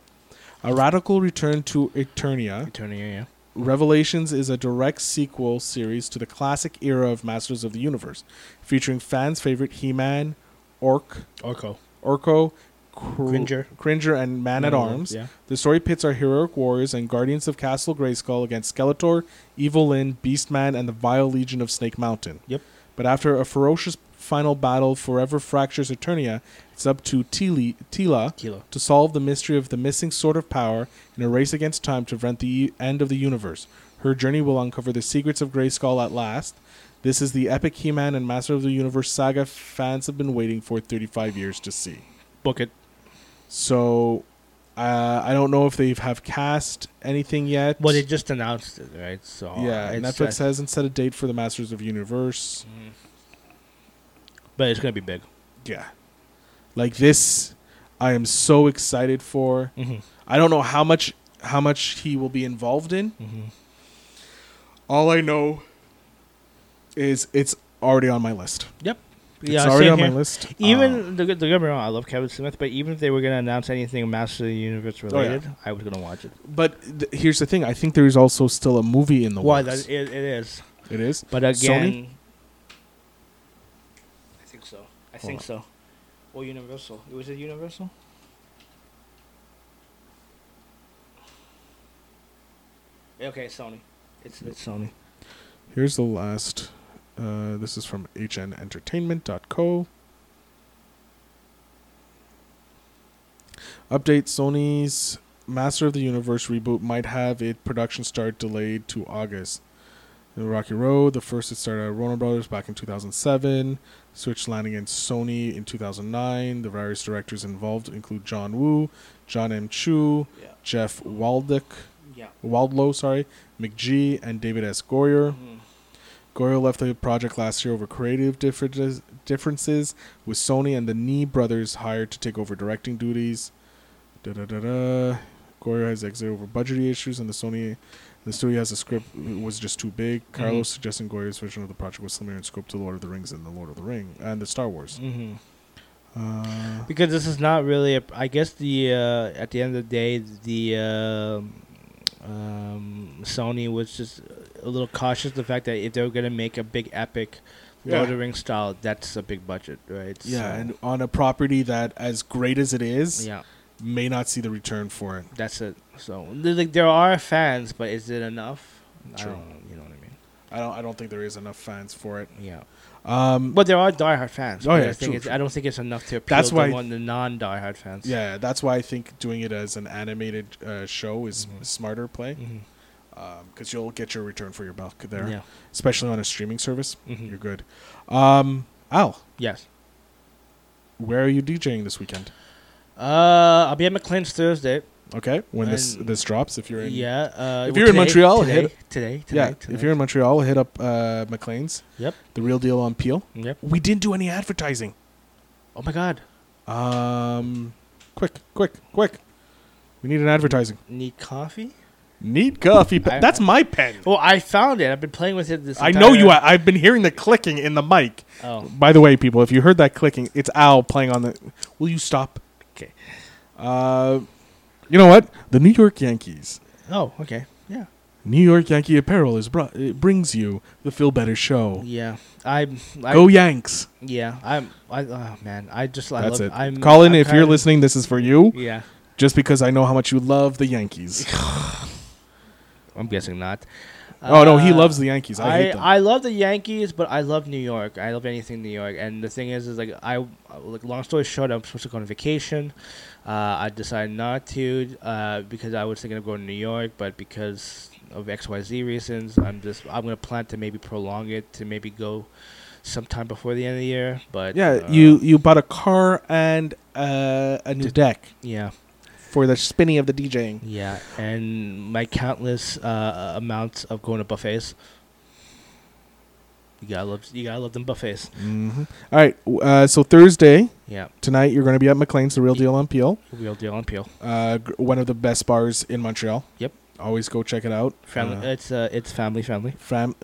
Speaker 1: A radical return to Eternia.
Speaker 4: Eternia, yeah.
Speaker 1: Revelations is a direct sequel series to the classic era of Masters of the Universe, featuring fans' favorite He-Man, Orc,
Speaker 4: Orko.
Speaker 1: Orko, Cr-
Speaker 4: Cringer.
Speaker 1: Cringer, and Man at Arms.
Speaker 4: Yeah.
Speaker 1: The story pits our heroic warriors and guardians of Castle Grayskull against Skeletor, Evil Lyn, Beastman, and the vile legion of Snake Mountain.
Speaker 4: Yep.
Speaker 1: But after a ferocious final battle forever fractures Eternia, it's up to Tili- Tila
Speaker 4: Kilo.
Speaker 1: to solve the mystery of the missing sword of power in a race against time to prevent the e, end of the universe. Her journey will uncover the secrets of Grayskull at last. This is the epic He-Man and Master of the Universe saga fans have been waiting for 35 years to see.
Speaker 4: Book it.
Speaker 1: So, uh, I don't know if they have cast anything yet.
Speaker 4: Well, they just announced it, right? So
Speaker 1: yeah,
Speaker 4: it's,
Speaker 1: Netflix
Speaker 4: uh,
Speaker 1: hasn't set a date for the Masters of Universe.
Speaker 4: but it's gonna be big.
Speaker 1: Yeah, like this, I am so excited for.
Speaker 4: Mm-hmm.
Speaker 1: I don't know how much how much he will be involved in.
Speaker 4: Mm-hmm.
Speaker 1: All I know is it's already on my list.
Speaker 4: Yep.
Speaker 1: It's
Speaker 4: yeah,
Speaker 1: already
Speaker 4: same
Speaker 1: on
Speaker 4: here.
Speaker 1: my list. Uh,
Speaker 4: Even the don't get me wrong, I love Kevin Smith, but even if they were gonna announce anything Master of the Universe
Speaker 1: yeah.
Speaker 4: related, I was gonna watch it.
Speaker 1: but th- here's the thing: I think there is also still a movie in the
Speaker 4: Why
Speaker 1: works.
Speaker 4: that it, it is,
Speaker 1: it is.
Speaker 4: but again, I think so. I think
Speaker 1: on.
Speaker 4: so. Or Universal? Was it Universal? Okay, Sony. It's it's Sony.
Speaker 1: Here's the last. Uh, this is from hnentertainment.co. Update Sony's Master of the Universe reboot might have its production start delayed to August. The Rocky Road, the first it started at Warner Brothers back in 2007, switched landing in Sony in 2009. The various directors involved include John Woo, John M. Chu,
Speaker 4: Yeah.
Speaker 1: Jeff Waldick,
Speaker 4: Yeah.
Speaker 1: Waldlow, sorry, McGee, and David S. Goyer.
Speaker 4: Mm-hmm.
Speaker 1: Goyer left the project last year over creative differences, differences with Sony and the Nee brothers hired to take over directing duties. Da da da da. Goyer has exited over budgetary issues, and the Sony, the studio has a script was just too big.
Speaker 4: Mm-hmm.
Speaker 1: Carlos suggesting Goyer's version of the project was similar in scope to Lord of the Rings and the Lord of the Ring and the Star Wars.
Speaker 4: Mm-hmm.
Speaker 1: Uh,
Speaker 4: because this is not really a, i guess the uh, at the end of the day the um um, sony was just a little cautious the fact that if they were going to make a big epic
Speaker 1: Yeah.
Speaker 4: Lord of the Rings style that's a big budget right
Speaker 1: yeah,
Speaker 4: So,
Speaker 1: and on a property that, as great as it is,
Speaker 4: yeah
Speaker 1: may not see the return for it.
Speaker 4: that's it so there's like there are fans but is it enough I
Speaker 1: True.
Speaker 4: don't, you know what i mean
Speaker 1: I don't. I don't think there is enough fans for it.
Speaker 4: yeah
Speaker 1: Um,
Speaker 4: but there are diehard fans
Speaker 1: Oh,
Speaker 4: but
Speaker 1: yeah,
Speaker 4: I, think
Speaker 1: true,
Speaker 4: it's,
Speaker 1: true.
Speaker 4: I don't think it's enough to appeal
Speaker 1: That's
Speaker 4: to
Speaker 1: why-
Speaker 4: one the non-diehard fans
Speaker 1: yeah, that's why I think doing it as an animated uh, show is a smarter play
Speaker 4: Mhm.
Speaker 1: because you'll get your return for your buck there,
Speaker 4: yeah
Speaker 1: especially on a streaming service.
Speaker 4: Mhm.
Speaker 1: You're good. Um, Al,
Speaker 4: yes
Speaker 1: where are you DJing this weekend?
Speaker 4: uh i'll be at mclean's thursday
Speaker 1: Okay, when this
Speaker 4: And-
Speaker 1: this drops, if you're in
Speaker 4: yeah. Uh,
Speaker 1: If
Speaker 4: well,
Speaker 1: you're in
Speaker 4: today-
Speaker 1: Montreal,
Speaker 4: today,
Speaker 1: hit-
Speaker 4: today,
Speaker 1: yeah,
Speaker 4: tonight,
Speaker 1: if you're in
Speaker 4: tonight.
Speaker 1: Montreal, hit up uh, McLean's.
Speaker 4: Yep.
Speaker 1: The real deal on Peel.
Speaker 4: yep.
Speaker 1: We didn't do any advertising.
Speaker 4: Oh my God,
Speaker 1: Um, quick, quick, quick. We need an advertising.
Speaker 4: need coffee?
Speaker 1: Need coffee. Pe-
Speaker 4: I-
Speaker 1: That's my pen.
Speaker 4: Well, I found it. I've been playing with it this.
Speaker 1: I know you.
Speaker 4: entire-
Speaker 1: I- I've been hearing the clicking in the mic.
Speaker 4: Oh,
Speaker 1: By the way, people, if you heard that clicking, it's Al playing on the. Will you stop?
Speaker 4: Okay.
Speaker 1: Uh, you know what? The New York Yankees.
Speaker 4: oh, okay, yeah,
Speaker 1: New York Yankee Apparel is brought. It brings you the Phil Better Show.
Speaker 4: yeah. I, I
Speaker 1: Go Yanks!
Speaker 4: yeah. I'm. I oh man, I just. I
Speaker 1: That's it.
Speaker 4: love, I'm
Speaker 1: Colin,
Speaker 4: I'm
Speaker 1: if you're
Speaker 4: kinda-
Speaker 1: listening, this is for you.
Speaker 4: Yeah,
Speaker 1: Just because I know how much you love the
Speaker 4: <laughs>
Speaker 1: Yankees.
Speaker 4: I'm guessing not.
Speaker 1: oh no, he
Speaker 4: Uh,
Speaker 1: loves the Yankees. I, hate
Speaker 4: I,
Speaker 1: them.
Speaker 4: I love the Yankees, but I love New York. I love anything New York. And the thing is, is like I like long story short, I'm supposed to go on vacation. Uh, I decided not to uh, because I was thinking of going to New York, but because of X Y Z reasons, I'm just I'm gonna plan to maybe prolong it to maybe go sometime before the end of the year. But
Speaker 1: yeah,
Speaker 4: uh,
Speaker 1: you you bought a car and uh, a new
Speaker 4: Did-
Speaker 1: deck
Speaker 4: yeah
Speaker 1: for the spinning of the DJing.
Speaker 4: yeah, and my countless uh, amounts of going to buffets. You gotta love you gotta love them buffets. Mm-hmm.
Speaker 1: Mhm. All right, w- uh, so Thursday
Speaker 4: Yeah,
Speaker 1: tonight you're going to be at McLean's, the real deal on Peel,
Speaker 4: real deal on peel.
Speaker 1: uh, gr- one of the best bars in Montreal.
Speaker 4: Yep.
Speaker 1: always go check it out.
Speaker 4: Family,
Speaker 1: Uh,
Speaker 4: it's uh, it's family friendly.
Speaker 1: fam- mm,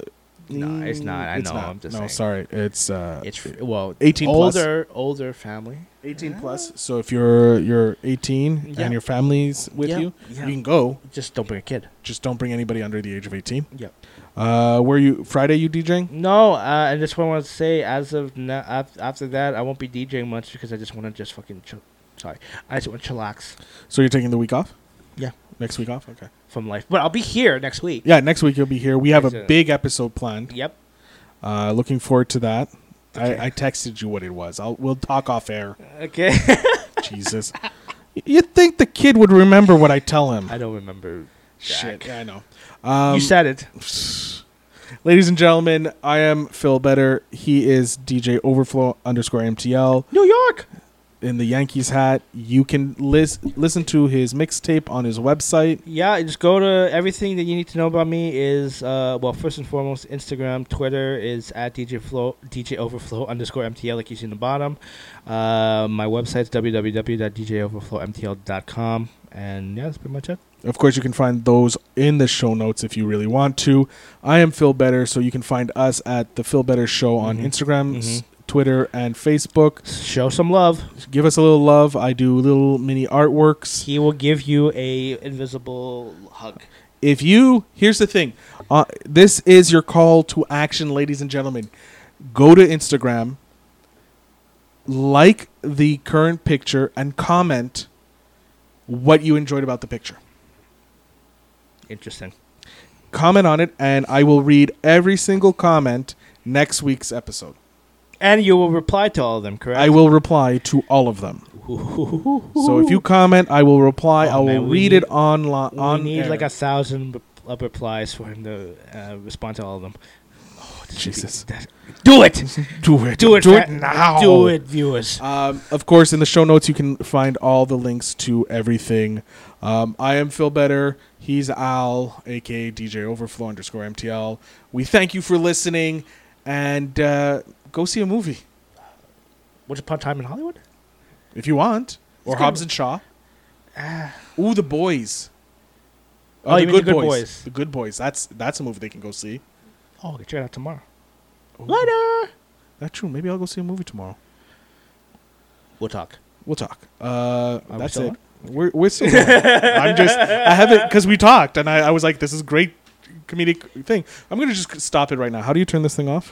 Speaker 4: No, it's not. I
Speaker 1: it's
Speaker 4: know, I'm just
Speaker 1: no,
Speaker 4: saying.
Speaker 1: sorry. It's uh,
Speaker 4: It's fr- well,
Speaker 1: 18 plus.
Speaker 4: older older family.
Speaker 1: 18 plus. So if you're you're 18
Speaker 4: Ah. Yeah.
Speaker 1: and your family's with
Speaker 4: Yeah,
Speaker 1: you,
Speaker 4: yeah.
Speaker 1: you can go.
Speaker 4: Just don't bring a kid.
Speaker 1: Just don't bring anybody under the age of 18.
Speaker 4: Yep.
Speaker 1: Uh, where you Friday? You DJing?
Speaker 4: No, uh, I just want to say, as of now, af- after that, I won't be DJing much because I just want to just fucking. Chill- Sorry, I just want to chillax
Speaker 1: So you're taking the week off?
Speaker 4: Yeah.
Speaker 1: Next week off. Okay.
Speaker 4: from life. But I'll be here next week.
Speaker 1: Yeah. Next week you'll be here. We have a
Speaker 4: Exactly.
Speaker 1: big episode planned.
Speaker 4: Yep.
Speaker 1: Uh, looking forward to that.
Speaker 4: Okay.
Speaker 1: I, I texted you what it was. I'll we'll talk off air.
Speaker 4: Okay.
Speaker 1: Jesus. Y- You'd think the kid would remember what I tell him.
Speaker 4: I don't remember.
Speaker 1: Shit. Yeah, I know. Um,
Speaker 4: you said it.
Speaker 1: ladies and gentlemen, I am Phil Better. He is DJ Overflow underscore MTL.
Speaker 4: New York.
Speaker 1: in the Yankees hat. You can lis- listen to his mixtape on his website.
Speaker 4: Yeah, just go to everything that you need to know about me is uh well first and foremost Instagram, Twitter is at DJ Flow DJ Overflow underscore MTL like you see in the bottom. Uh, my website's www.djoverflowmtl.com and yeah, that's pretty much it.
Speaker 1: Of course, you can find those in the show notes if you really want to. I am Phil Better, so you can find us at the Phil Better Show on
Speaker 4: Mhm.
Speaker 1: Instagram, s-
Speaker 4: Mhm.
Speaker 1: Twitter, and Facebook.
Speaker 4: Show some love.
Speaker 1: Give us a little love. I do little mini artworks.
Speaker 4: He will give you a invisible hug.
Speaker 1: If you, here's the thing, uh, this is your call to action, ladies and gentlemen. Go to Instagram, like the current picture, and comment what you enjoyed about the picture.
Speaker 4: Interesting.
Speaker 1: comment on it and I will read every single comment next week's episode.
Speaker 4: And you will reply to all of them, correct?
Speaker 1: I will reply to all of them. So if you comment, I will reply.
Speaker 4: Oh,
Speaker 1: I will
Speaker 4: man, we
Speaker 1: read
Speaker 4: need-
Speaker 1: it on lo-
Speaker 4: we
Speaker 1: on
Speaker 4: need
Speaker 1: air.
Speaker 4: like a thousand rep- of replies for him to uh, respond to all of them. Oh, this should be-
Speaker 1: Jesus.
Speaker 4: that- do it.
Speaker 1: do it.
Speaker 4: Do it.
Speaker 1: Do it
Speaker 4: fa-
Speaker 1: now.
Speaker 4: Do it, viewers.
Speaker 1: Um, of course, in the show notes, you can find all the links to everything. Um, I am Phil Better. He's Al, aka DJ Overflow underscore MTL. We thank you for listening, and uh, go see a movie
Speaker 4: Once upon a time in Hollywood.
Speaker 1: if you want, or
Speaker 4: It's good.
Speaker 1: Hobbs and Shaw.
Speaker 4: Ah,
Speaker 1: Ooh, the boys.
Speaker 4: Oh, you mean The Good Boys.
Speaker 1: The Good Boys. That's that's a movie they can go see.
Speaker 4: oh, we can check it out tomorrow.
Speaker 1: Ooh,
Speaker 4: Later.
Speaker 1: That's true. Maybe I'll go see a movie tomorrow.
Speaker 4: We'll talk.
Speaker 1: We'll talk. Uh,
Speaker 4: we
Speaker 1: that's
Speaker 4: still
Speaker 1: it.
Speaker 4: on?
Speaker 1: We're we're still. on. I'm just. I haven't because we talked and I, I was like, this is great comedic thing. I'm gonna just stop it right now. How do you turn this thing off?